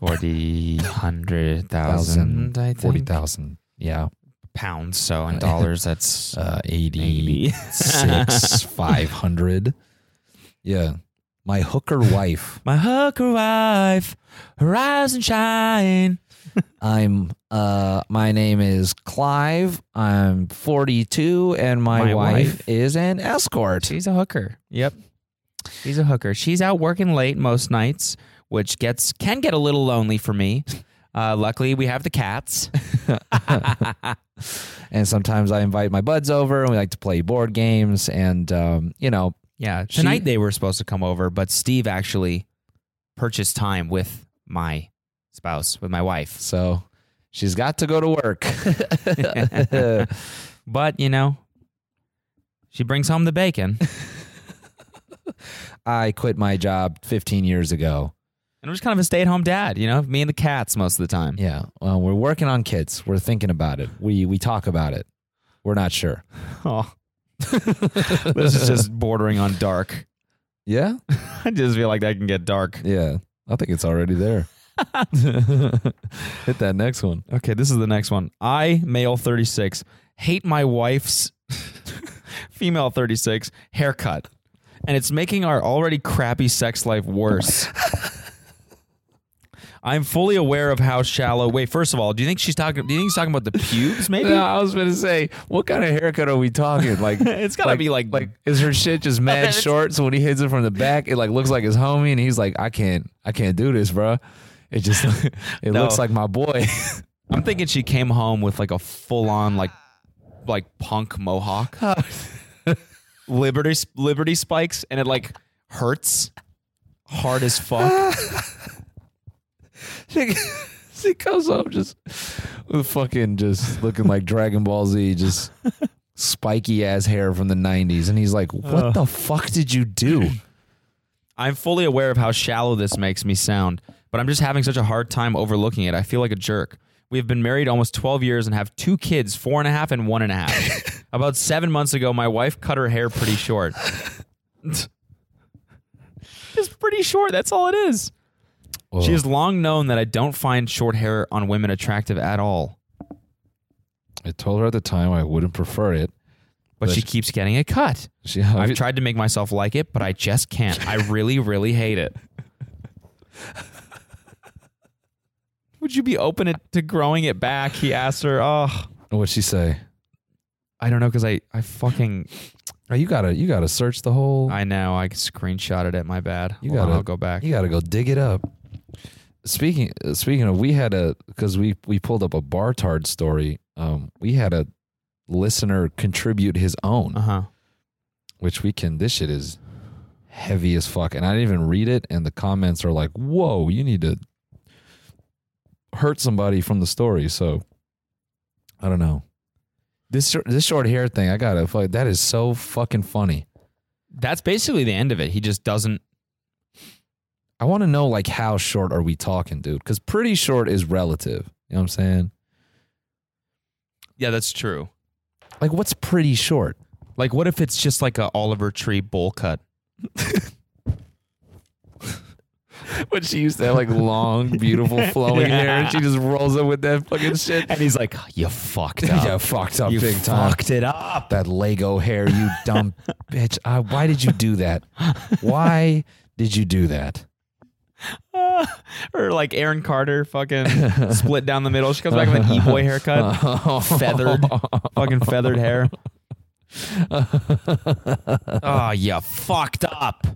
Speaker 5: 40, 100,000, I think.
Speaker 6: 40,000. Yeah.
Speaker 5: pounds. So in dollars, that's
Speaker 6: Uh, 80.
Speaker 5: 80.
Speaker 6: six five hundred. Yeah, my hooker wife.
Speaker 5: My hooker wife, rise and shine.
Speaker 6: I'm. Uh, my name is Clive. I'm 42, and my,
Speaker 5: My
Speaker 6: wife,
Speaker 5: wife.
Speaker 6: is an escort.
Speaker 5: She's a hooker. Yep. She's a hooker. She's out working late most nights, which gets can get a little lonely for me. Uh, luckily, we have the cats.
Speaker 6: And sometimes I invite my buds over, and we like to play board games. And um, you know,
Speaker 5: Yeah.
Speaker 6: She-
Speaker 5: Tonight they were supposed to come over, but Steve actually purchased time with my spouse, with my wife.
Speaker 6: so she's got to go to work.
Speaker 5: But you know, she brings home the bacon. and
Speaker 6: I quit my job 15 years ago.
Speaker 5: I'm just kind of a stay-at-home dad. You know, me and the cats most of the time.
Speaker 6: Yeah. Well, we're working on kids. We're thinking about it. We we talk about it. We're not sure.
Speaker 5: Oh. this is just bordering on dark.
Speaker 6: Yeah?
Speaker 5: I just feel like that can get dark.
Speaker 6: Yeah. I think it's already there. Hit that next one.
Speaker 5: Okay, this is the next one. I, male 36, hate my wife's female 36 haircut. And it's making our already crappy sex life worse. I'm fully aware of how shallow. Wait, first of all, do you think she's talking do you think she's talking about the pubes maybe?
Speaker 6: I was gonna say, what kind of haircut are we talking? Like
Speaker 5: It's gotta be like-
Speaker 6: like is her shit just mad short? So when he hits it from the back, it like looks like his homie, and he's like, I can't, I can't do this, bro. It just it
Speaker 5: No.
Speaker 6: looks like my boy.
Speaker 5: I'm thinking she came home with like a full on like like punk mohawk. Liberty Liberty spikes and it like hurts hard as fuck.
Speaker 6: she, she comes up just with fucking just looking like Dragon Ball Z, just spiky ass hair from the '90s, and he's like,
Speaker 5: Uh.
Speaker 6: "What the fuck did you do?"
Speaker 5: I'm fully aware of how shallow this makes me sound, but I'm just having such a hard time overlooking it. I feel like a jerk. We have been married almost 12 years and have two kids, four and a half and one and a half. About seven months ago, my wife cut her hair pretty short. Just pretty short. That's all it is. She has long known that I don't find short hair on women attractive at all,
Speaker 6: I told her at the time I wouldn't prefer it.
Speaker 5: but
Speaker 6: But
Speaker 5: she
Speaker 6: she-
Speaker 5: keeps getting it cut.
Speaker 6: She
Speaker 5: I've tried to make myself like it, but I just can't. I really, really hate it. Would you be open it- to growing it back? He asked her. Oh,
Speaker 6: What'd she say?
Speaker 5: I don't know, because I, I fucking
Speaker 6: Oh, you gotta you gotta search the whole.
Speaker 5: I know. I screenshotted it. My bad.
Speaker 6: You
Speaker 5: Hold on,
Speaker 6: gotta-
Speaker 5: I'll go back.
Speaker 6: You gotta go dig it up. Speaking uh, speaking of, we had a because we we pulled up a Bartard story. Um, we had a listener contribute his own,
Speaker 5: Uh huh.
Speaker 6: which we can. This shit is heavy as fuck, and I didn't even read it. And the comments are like, "Whoa, you need to hurt somebody from the story." So I don't know. This shor- this short hair thing, I gotta fuck. That is so fucking funny.
Speaker 5: That's basically the end of it. He just doesn't.
Speaker 6: I want to know like how short are we talking, dude? Because pretty short is relative. You know what I'm saying?
Speaker 5: Yeah, that's true.
Speaker 6: Like, what's pretty short?
Speaker 5: Like, what if it's just like a Oliver Tree bowl cut?
Speaker 6: When she used to have like long, beautiful, flowing hair, and she just rolls up with that fucking shit.
Speaker 5: And he's like, "You fucked up.
Speaker 6: yeah, fucked up
Speaker 5: you
Speaker 6: big time.
Speaker 5: fucked it up."
Speaker 6: That Lego hair, you dumb bitch. I, why did you do that? Why did you do that?
Speaker 5: or like Aaron Carter, fucking split down the middle. She comes back with an e-boy haircut, feathered, fucking feathered hair. oh, you fucked up.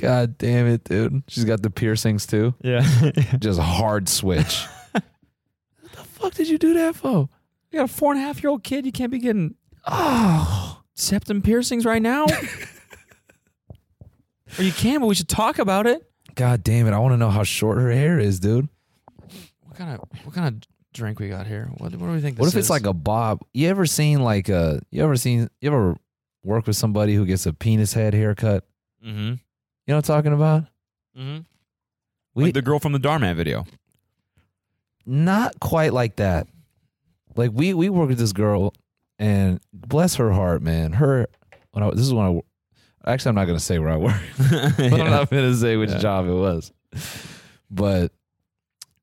Speaker 6: God damn it, dude. She's got the piercings too.
Speaker 5: Yeah.
Speaker 6: Just hard switch. what the fuck did you do that for?
Speaker 5: You got a four and a half year old kid. You can't be getting oh septum piercings right now. or you can, but we should talk about it.
Speaker 6: God damn it. I want to know how short her hair is, dude.
Speaker 5: What kind of what kind of drink we got here? What, what do we think?
Speaker 6: What
Speaker 5: this
Speaker 6: if it's
Speaker 5: is?
Speaker 6: like a bob? You ever seen like a? You ever seen? You ever work with somebody who gets a penis head haircut?
Speaker 5: mm-hmm,
Speaker 6: You know what I'm talking about?
Speaker 5: mm-hmm.
Speaker 6: We
Speaker 5: like the girl from the Darman video?
Speaker 6: not quite like that. Like we we work with this girl, and bless her heart, man. Her when I, this is when I wo- actually I'm not gonna say where I work. I'm not gonna say which job it was, but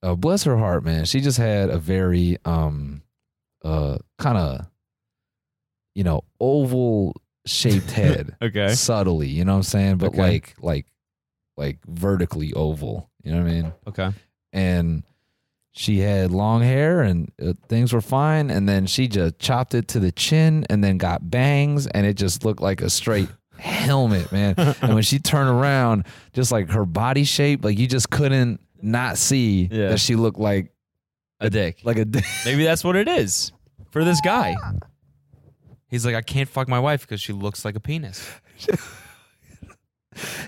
Speaker 6: uh, bless her heart, man. She just had a very um uh kind of you know oval shaped head.
Speaker 5: Okay.
Speaker 6: subtly you know what i'm saying but
Speaker 5: Okay.
Speaker 6: like like like vertically oval you know what i mean
Speaker 5: Okay.
Speaker 6: and she had long hair and uh, things were fine and then she just chopped it to the chin and then got bangs and it just looked like a straight helmet man and when she turned around just like her body shape like you just couldn't not see
Speaker 5: Yeah.
Speaker 6: that she looked like
Speaker 5: A dick.
Speaker 6: like a dick.
Speaker 5: Maybe that's what it is for this guy. He's like, I can't fuck my wife because she looks like a penis.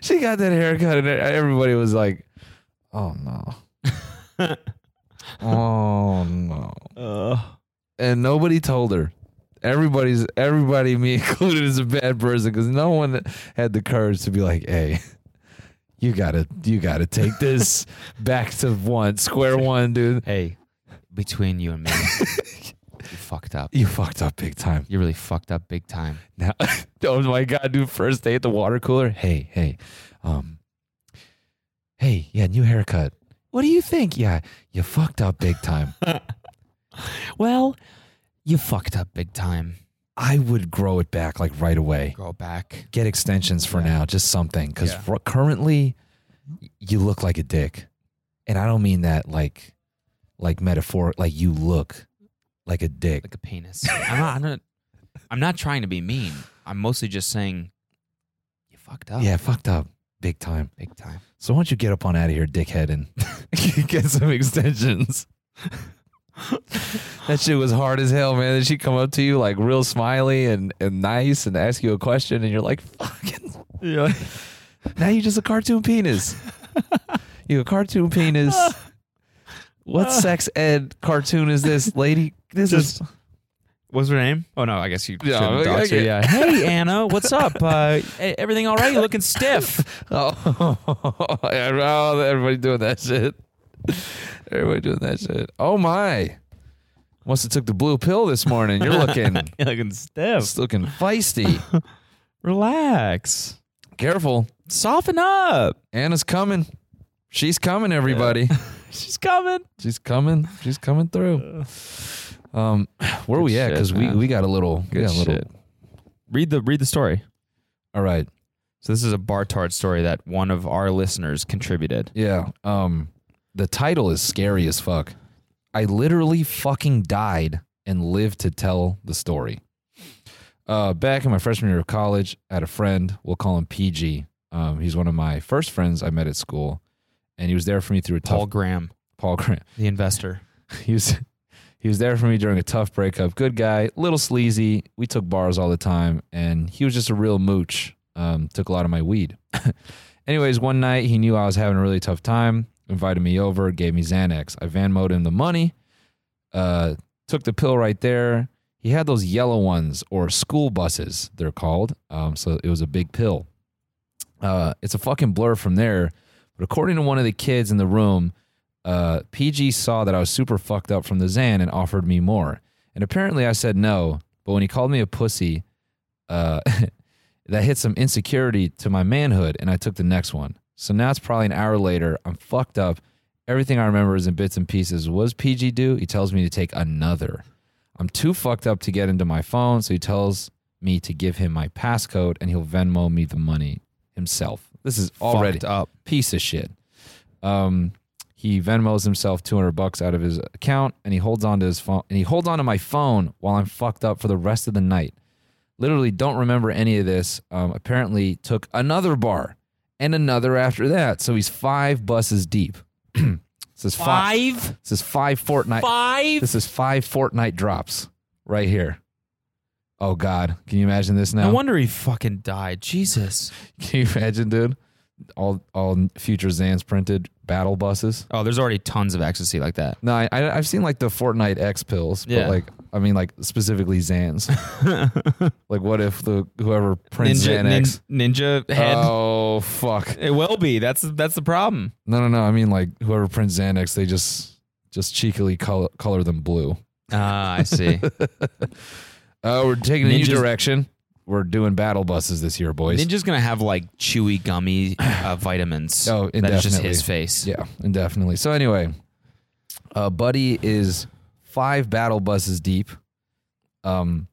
Speaker 6: she got that haircut and everybody was like oh no oh no and nobody told her. Everybody's everybody, me included, is a bad person because no one had the courage to be like, "Hey, you gotta, you gotta take this back to one, square one, dude.
Speaker 5: hey, between you and me, you fucked up.
Speaker 6: You fucked up big time."
Speaker 5: You really fucked up big time.
Speaker 6: Now, oh my god, dude! First day at the water cooler. Hey, hey, um, hey, yeah, new haircut. What do you think? Yeah, you fucked up big time.
Speaker 5: Well, you fucked up big time.
Speaker 6: I would grow it back like right away.
Speaker 5: Go back.
Speaker 6: get extensions for now, just something. Because currently, y- you look like a dick, and I don't mean that like, like metaphor. Like you look like a dick.
Speaker 5: Like a penis. I'm not, I'm not. I'm not trying to be mean. I'm mostly just saying you fucked up.
Speaker 6: yeah, fucked up big time.
Speaker 5: big time.
Speaker 6: So why don't you get up on out of here, dickhead, and get some extensions? that shit was hard as hell, man. Then she come up to you like real smiley and, and nice and ask you a question, and you're like, fucking. now you just a cartoon penis. you a cartoon penis. what sex ed cartoon is this, lady? This is
Speaker 5: What's her name? Oh no, I guess you.
Speaker 6: Yeah,
Speaker 5: shouldn't dox her.
Speaker 6: okay.
Speaker 5: yeah. Hey Anna, what's up? Uh, e- everything all right? You looking stiff?
Speaker 6: Oh, yeah, oh, everybody doing that shit. Everybody doing that shit. Oh my! Must have took the blue pill this morning. You're looking,
Speaker 5: You looking stiff?
Speaker 6: it's looking feisty.
Speaker 5: Relax.
Speaker 6: Careful,
Speaker 5: Soften up.
Speaker 6: Anna's coming. She's coming, everybody.
Speaker 5: She's coming.
Speaker 6: She's coming. She's coming through. Um, where we at?
Speaker 5: shit,
Speaker 6: Because we
Speaker 5: man.
Speaker 6: we got a little. we
Speaker 5: Good
Speaker 6: got a little.
Speaker 5: shit. Read the read the story.
Speaker 6: All right.
Speaker 5: So this is a Bartard story that one of our listeners contributed.
Speaker 6: Yeah. Um, the title is scary as fuck. I literally fucking died and live to tell the story. Uh, back in my freshman year of college, I had a friend. We'll call him PG. Um, he's one of my first friends I met at school, and he was there for me through a
Speaker 5: Paul
Speaker 6: tough
Speaker 5: Graham,
Speaker 6: Paul Grant.
Speaker 5: the investor.
Speaker 6: He was he was there for me during a tough breakup. Good guy, little sleazy. We took bars all the time, and he was just a real mooch. Um, took a lot of my weed. Anyways, one night he knew I was having a really tough time. Invited me over, gave me Xanax. I van mowed him the money. Uh, took the pill right there. He had those yellow ones or school buses, they're called. Um, so it was a big pill. Uh, it's a fucking blur from there. But according to one of the kids in the room, uh, PG saw that I was super fucked up from the Xan and offered me more. And apparently I said no, but when he called me a pussy, uh, that hit some insecurity to my manhood, and I took the next one. So now it's probably an hour later. I'm fucked up. Everything I remember is in bits and pieces. What does PG do? He tells me to take another. I'm too fucked up to get into my phone, so he tells me to give him my passcode and he'll Venmo me the money himself. This is already
Speaker 5: Fucked up.
Speaker 6: piece of shit. Um, he Venmos himself 200 bucks out of his account and he holds on to his phone and he holds on to my phone while I'm fucked up for the rest of the night. Literally don't remember any of this. Um, apparently took another bar and another after that. So he's five buses deep. this is five. This is five Fortnite. Five. This is five Fortnite drops right here. Oh God, can you imagine this now?
Speaker 5: No wonder he fucking died. Jesus.
Speaker 6: Can you imagine, dude? All all future Zans printed battle buses.
Speaker 5: Oh, there's already tons of ecstasy like that.
Speaker 6: No, I, I I've seen like the Fortnite X pills,
Speaker 5: Yeah.
Speaker 6: but like I mean like specifically Zans. like what if the whoever prints
Speaker 5: ninja,
Speaker 6: Xanax?
Speaker 5: nin- ninja head.
Speaker 6: Oh fuck!
Speaker 5: It will be. That's that's the problem.
Speaker 6: No, no, no. I mean like whoever prints Xanax, they just just cheekily color color them blue.
Speaker 5: Ah, I see.
Speaker 6: Uh, we're taking a new
Speaker 5: Ninjas-
Speaker 6: direction. We're doing battle buses this year, boys.
Speaker 5: Ninja's gonna have like chewy gummy uh, vitamins.
Speaker 6: Oh,
Speaker 5: that's just
Speaker 6: indefinitely.
Speaker 5: his face.
Speaker 6: Yeah, indefinitely. So anyway, uh, Buddy is five battle buses deep. Um,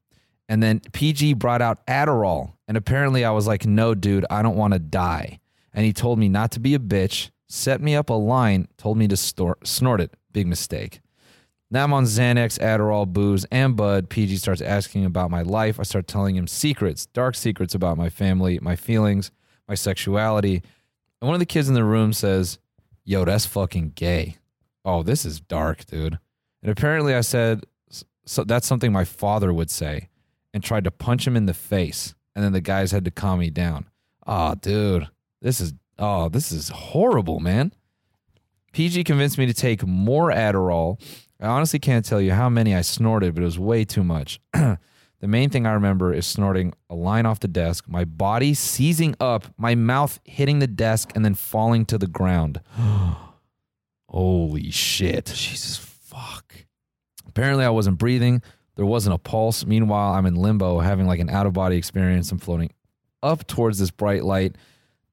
Speaker 6: and then PG brought out Adderall, and apparently I was like, "No, dude, I don't want to die." And he told me not to be a bitch, set me up a line, told me to stor- snort it. Big mistake. Now I'm on Xanax, Adderall, booze, and bud. PG starts asking about my life. I start telling him secrets, dark secrets about my family, my feelings, my sexuality. And one of the kids in the room says, Yo, that's fucking gay. Oh, this is dark, dude. And apparently I said, so That's something my father would say, and tried to punch him in the face. And then the guys had to calm me down. Oh, dude, this is, oh, this is horrible, man. PG convinced me to take more Adderall. I honestly can't tell you how many I snorted, but it was way too much. the main thing I remember is snorting a line off the desk, my body seizing up, my mouth hitting the desk, and then falling to the ground. Holy shit.
Speaker 5: Jesus fuck.
Speaker 6: Apparently, I wasn't breathing. There wasn't a pulse. Meanwhile, I'm in limbo, having like an out of body experience. I'm floating up towards this bright light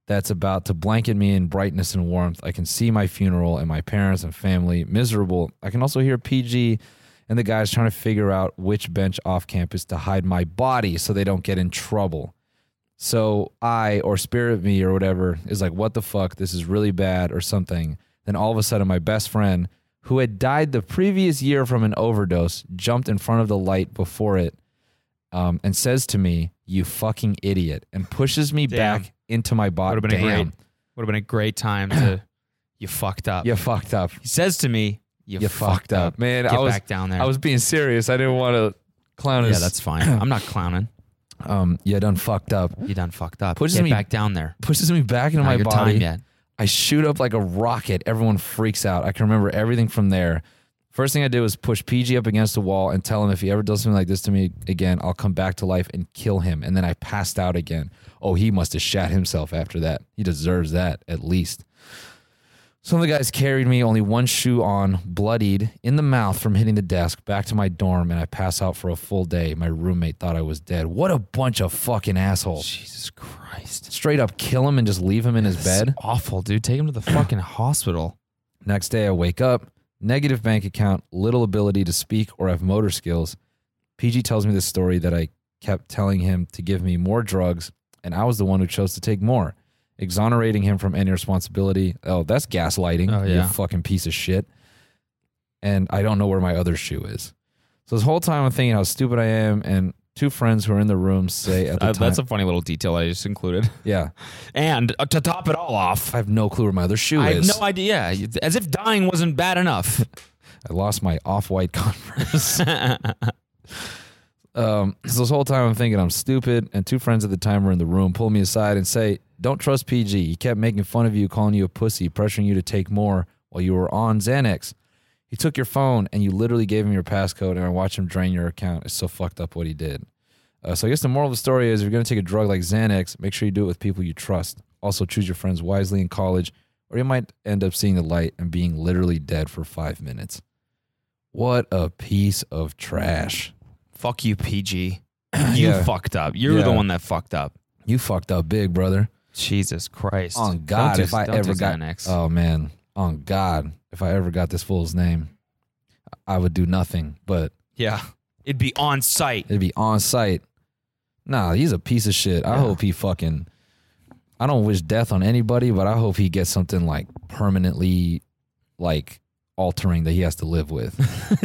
Speaker 6: that's about to blanket me in brightness and warmth. I can see my funeral and my parents and family miserable. I can also hear PG and the guys trying to figure out which bench off campus to hide my body so they don't get in trouble. So I or spirit of me or whatever is like, what the fuck? This is really bad or something. Then all of a sudden, my best friend, who had died the previous year from an overdose, jumped in front of the light before it um, and says to me, "You fucking idiot!" and pushes me
Speaker 5: Damn.
Speaker 6: back into my body.
Speaker 5: Would have been a
Speaker 6: Damn.
Speaker 5: great. Would have been a great time to. you fucked up.
Speaker 6: You fucked up.
Speaker 5: He says to me, "You,
Speaker 6: You, fucked up, man.
Speaker 5: Get
Speaker 6: I was
Speaker 5: back down there.
Speaker 6: I was being serious. I didn't want to clown.
Speaker 5: yeah,
Speaker 6: his-
Speaker 5: that's fine. I'm not clowning.
Speaker 6: um. You done fucked up.
Speaker 5: You done fucked up.
Speaker 6: Pushes
Speaker 5: Get
Speaker 6: me
Speaker 5: back down there.
Speaker 6: Pushes me back into
Speaker 5: Not
Speaker 6: my
Speaker 5: your
Speaker 6: body.
Speaker 5: time yet.
Speaker 6: I shoot up like a rocket. Everyone freaks out. I can remember everything from there. First thing I did was push PG up against the wall and tell him if he ever does something like this to me again, I'll come back to life and kill him. And then I passed out again. Oh, he must have shat himself after that. He deserves that at least. Some of the guys carried me, only one shoe on, bloodied in the mouth from hitting the desk, back to my dorm, and I pass out for a full day. My roommate thought I was dead. What a bunch of fucking assholes.
Speaker 5: Jesus Christ.
Speaker 6: Straight up kill him and just leave him in his
Speaker 5: This is
Speaker 6: bed.
Speaker 5: awful, dude. Take him to the fucking hospital.
Speaker 6: Next day, I wake up, negative bank account, little ability to speak or have motor skills. PG tells me this story that I kept telling him to give me more drugs, and I was the one who chose to take more, exonerating him from any responsibility. Oh, that's gaslighting,
Speaker 5: Oh,
Speaker 6: you
Speaker 5: yeah.
Speaker 6: fucking piece of shit. And I don't know where my other shoe is. So this whole time I'm thinking how stupid I am, and two friends who are in the room say at the
Speaker 5: Uh,
Speaker 6: time,
Speaker 5: that's a funny little detail I just included.
Speaker 6: yeah,
Speaker 5: And uh, to top it all off,
Speaker 6: I have no clue where my other shoe
Speaker 5: I have
Speaker 6: is.
Speaker 5: no idea. As if dying wasn't bad enough.
Speaker 6: I lost my off-white Converse. um, so this whole time I'm thinking I'm stupid, and two friends at the time were in the room, pull me aside and say, "Don't trust PG. He kept making fun of you, calling you a pussy, pressuring you to take more while you were on Xanax. He took your phone, and you literally gave him your passcode, and I watched him drain your account. It's so fucked up what he did." Uh, so I guess the moral of the story is if you're going to take a drug like Xanax, make sure you do it with people you trust. Also, choose your friends wisely in college, or you might end up seeing the light and being literally dead for five minutes. What a piece of trash.
Speaker 5: Fuck you, PG. You
Speaker 6: Yeah.
Speaker 5: fucked up. You're the
Speaker 6: Yeah.
Speaker 5: one that fucked up.
Speaker 6: You fucked up big, brother.
Speaker 5: Jesus Christ.
Speaker 6: On God,
Speaker 5: Don't do-
Speaker 6: if I
Speaker 5: don't
Speaker 6: ever
Speaker 5: do
Speaker 6: got
Speaker 5: Xanax.
Speaker 6: Oh man. On God, if I ever got this fool's name, I would do nothing, but
Speaker 5: yeah. It'd be on site.
Speaker 6: it'd be on site. Nah, he's a piece of shit. I hope he fucking I don't wish death on anybody, but I hope he gets something like permanently like altering that he has to live with.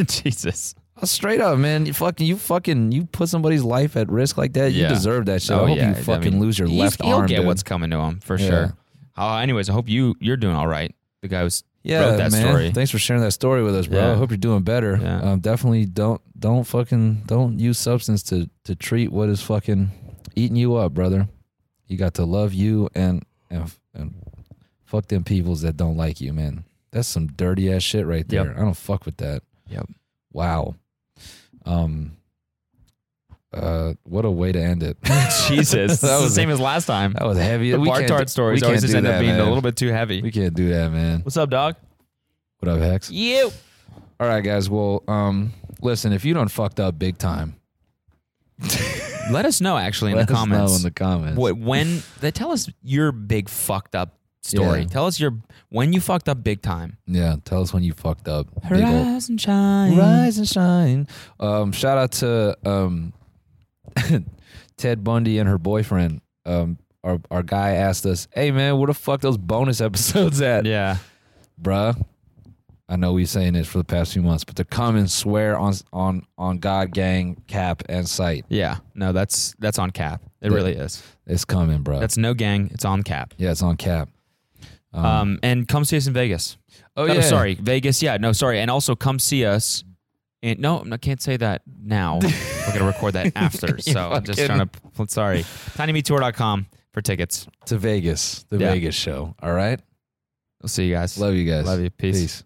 Speaker 5: Jesus.
Speaker 6: Straight up, man. You fucking you fucking you put somebody's life at risk like that.
Speaker 5: Yeah.
Speaker 6: You deserve that shit.
Speaker 5: Oh,
Speaker 6: I hope
Speaker 5: yeah. I
Speaker 6: you fucking
Speaker 5: mean,
Speaker 6: lose your
Speaker 5: he's-
Speaker 6: left
Speaker 5: he'll
Speaker 6: arm.
Speaker 5: get
Speaker 6: dude.
Speaker 5: what's coming to him for
Speaker 6: Yeah.
Speaker 5: sure. Uh, anyways, I hope you you're doing all right. The guy was
Speaker 6: yeah,
Speaker 5: wrote that
Speaker 6: man.
Speaker 5: story.
Speaker 6: Thanks for sharing that story with us, bro.
Speaker 5: Yeah.
Speaker 6: I hope you're doing better.
Speaker 5: Yeah.
Speaker 6: Um, definitely don't don't fucking don't use substance to to treat what is fucking eating you up, brother. You got to love you and and, and fuck them peoples that don't like you, man. That's some dirty ass shit right there. I don't fuck with that.
Speaker 5: Yep.
Speaker 6: Wow. Um. Uh, what a way to end it.
Speaker 5: Jesus.
Speaker 6: That
Speaker 5: that was
Speaker 6: was-
Speaker 5: the same as last time.
Speaker 6: That was heavy.
Speaker 5: The
Speaker 6: we
Speaker 5: bar
Speaker 6: can't
Speaker 5: tart
Speaker 6: do-
Speaker 5: stories
Speaker 6: we
Speaker 5: always just
Speaker 6: can't do
Speaker 5: end up
Speaker 6: that,
Speaker 5: being
Speaker 6: man.
Speaker 5: a little bit too heavy.
Speaker 6: We can't do that, man.
Speaker 5: What's up, dog?
Speaker 6: What up, Hex?
Speaker 5: You.
Speaker 6: All right, guys. Well, um, listen, if you don't fucked up big time,
Speaker 5: Let us know actually in
Speaker 6: let
Speaker 5: the
Speaker 6: us
Speaker 5: comments.
Speaker 6: know in the comments.
Speaker 5: What when they tell us your big fucked up story.
Speaker 6: Yeah.
Speaker 5: Tell us your when you fucked up big time.
Speaker 6: Yeah, tell us when you fucked up. Big old-
Speaker 5: Rise and shine.
Speaker 6: Rise and shine. Um, shout out to um, Ted Bundy and her boyfriend. Um, our our guy asked us, "Hey man, where the fuck those bonus episodes at,
Speaker 5: Yeah.
Speaker 6: bruh?" I know we've saying this for the past few months, but to come and swear on on on God, gang, cap, and sight,
Speaker 5: Yeah. No, that's that's on cap. It
Speaker 6: Yeah. Oh.
Speaker 5: really is.
Speaker 6: it's coming, bruh.
Speaker 5: That's no gang. It's on cap.
Speaker 6: yeah, it's on cap.
Speaker 5: Um, and come see us in Vegas.
Speaker 6: Oh
Speaker 5: No, sorry, Vegas. Yeah, no, sorry. And also come see us. And no, I can't say that now. We're gonna record that after. So I'm just trying to. pl- Sorry, tinymetour.com for tickets.
Speaker 6: to Vegas, the
Speaker 5: Yeah.
Speaker 6: Vegas show. All right.
Speaker 5: We'll see you guys.
Speaker 6: Love you guys.
Speaker 5: Love you. Peace.
Speaker 6: Peace.